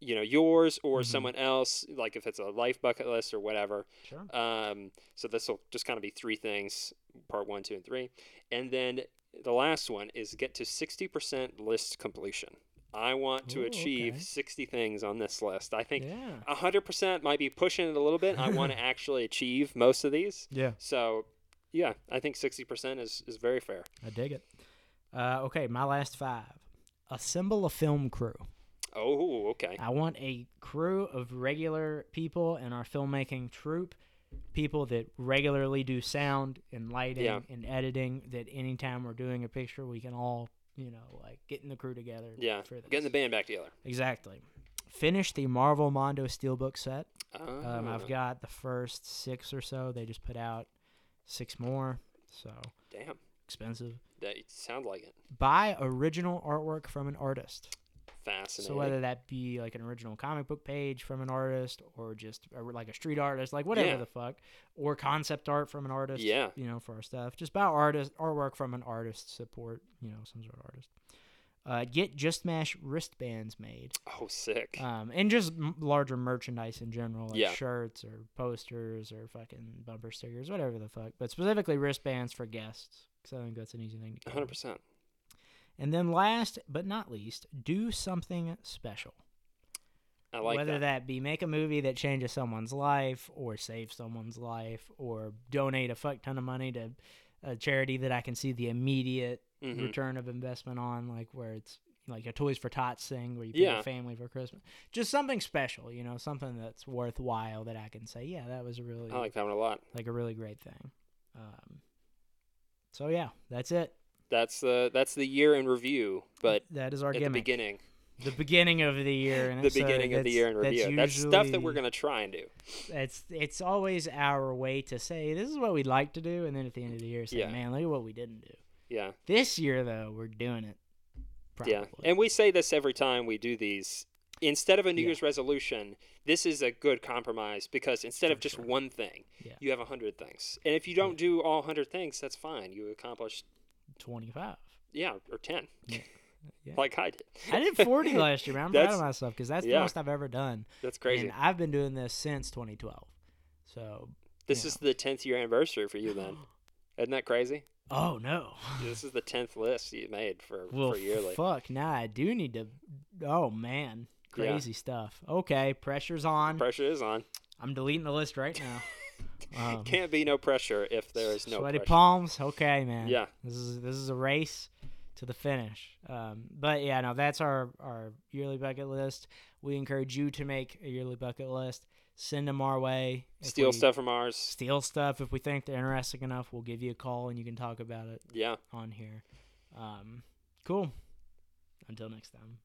you know yours or
Mhm.
someone else, like if it's a life bucket list or whatever,
sure.
um, so this will just kind of be three things part one, two, and three. And then the last one is get to 60% list completion. I want to
Ooh,
achieve
okay.
60 things on this list. I think
Yeah.
100% might be pushing it a little bit. I want to actually achieve most of these.
Yeah.
So, yeah, I think 60% is, is very fair.
I dig it. Uh, okay, my last five. Assemble a film crew.
Oh, okay.
I want a crew of regular people in our filmmaking troupe people that regularly do sound and lighting
Yeah.
and editing that anytime we're doing a picture we can all you know like getting the crew together
Yeah,
for this.
getting the band back together.
exactly finish the marvel mondo steelbook set um,
Ah,
i've got the first six or so they just put out six more so
Damn,
expensive
that sounds like it.
buy original artwork from an artist
Fascinating.
So whether that be like an original comic book page from an artist, or just or like a street artist, like whatever
Yeah.
the fuck, or concept art from an artist,
Yeah.
you know, for our stuff, just buy artist artwork from an artist, support, you know, some sort of artist. Uh, get just mash wristbands made,
oh, sick.
um, and just m- larger merchandise in general, like
Yeah.
shirts or posters or fucking bumper stickers, whatever the fuck, but specifically wristbands for guests, because I think that's an easy thing to.
A
get.
Hundred percent.
And then last but not least, do something special
I like
whether
that.
that. be make a movie that changes someone's life or save someone's life or donate a fuck ton of money to a charity that I can see the immediate
Mhm.
return of investment on, like where it's like a Toys for Tots thing where you pick
Yeah.
a family for Christmas. Just something special, you know, something that's worthwhile that I can say, yeah, that was a really
I
like,
like that one a lot.
a really great thing. Um, so yeah, that's it.
That's the that's the year in review, but
that is our
at
gimmick.
the beginning,
the beginning of the year. And uh,
the beginning of the year in review. That's stuff that we're
gonna.
gonna try and do.
it's it's always our way to say this is what we'd like to do, and then at the end of the year say,
Yeah.
"Man, look at what we didn't do."
Yeah,
This year though, we're doing it. Probably.
yeah. And we say this every time we do these. Instead of a New
Yeah.
Year's resolution, this is a good compromise because instead of
For
just
sure.
one thing,
Yeah.
you have a hundred things. And if you don't do all hundred things, that's fine. You accomplished
twenty five.
yeah or ten,
Yeah. Yeah.
like I did.
I did forty last year. Man. I'm proud
That's-
of myself because that's
yeah.
the most I've ever done,
That's crazy.
and I've been doing this since 2012. So,
this
yeah.
is the tenth year anniversary for you then. Isn't that crazy?
oh no.
This is the tenth list you made for
Well,
for yearly.
fuck. Now I do need to. Oh man,
Yeah.
crazy stuff. Okay, pressure's on.
Pressure is on.
I'm deleting the list right now. Um,
Can't be no pressure if there is no
sweaty
pressure.
palms. Okay, man.
Yeah.
This is this is a race to the finish. Um, but yeah, no, that's our our yearly bucket list. We encourage you to make a yearly bucket list. Send them our way. If
Steal
we-
stuff from ours.
Steal stuff. If we think they're interesting enough, we'll give you a call and you can talk about it
Yeah.
on here. Um, cool. Until next time.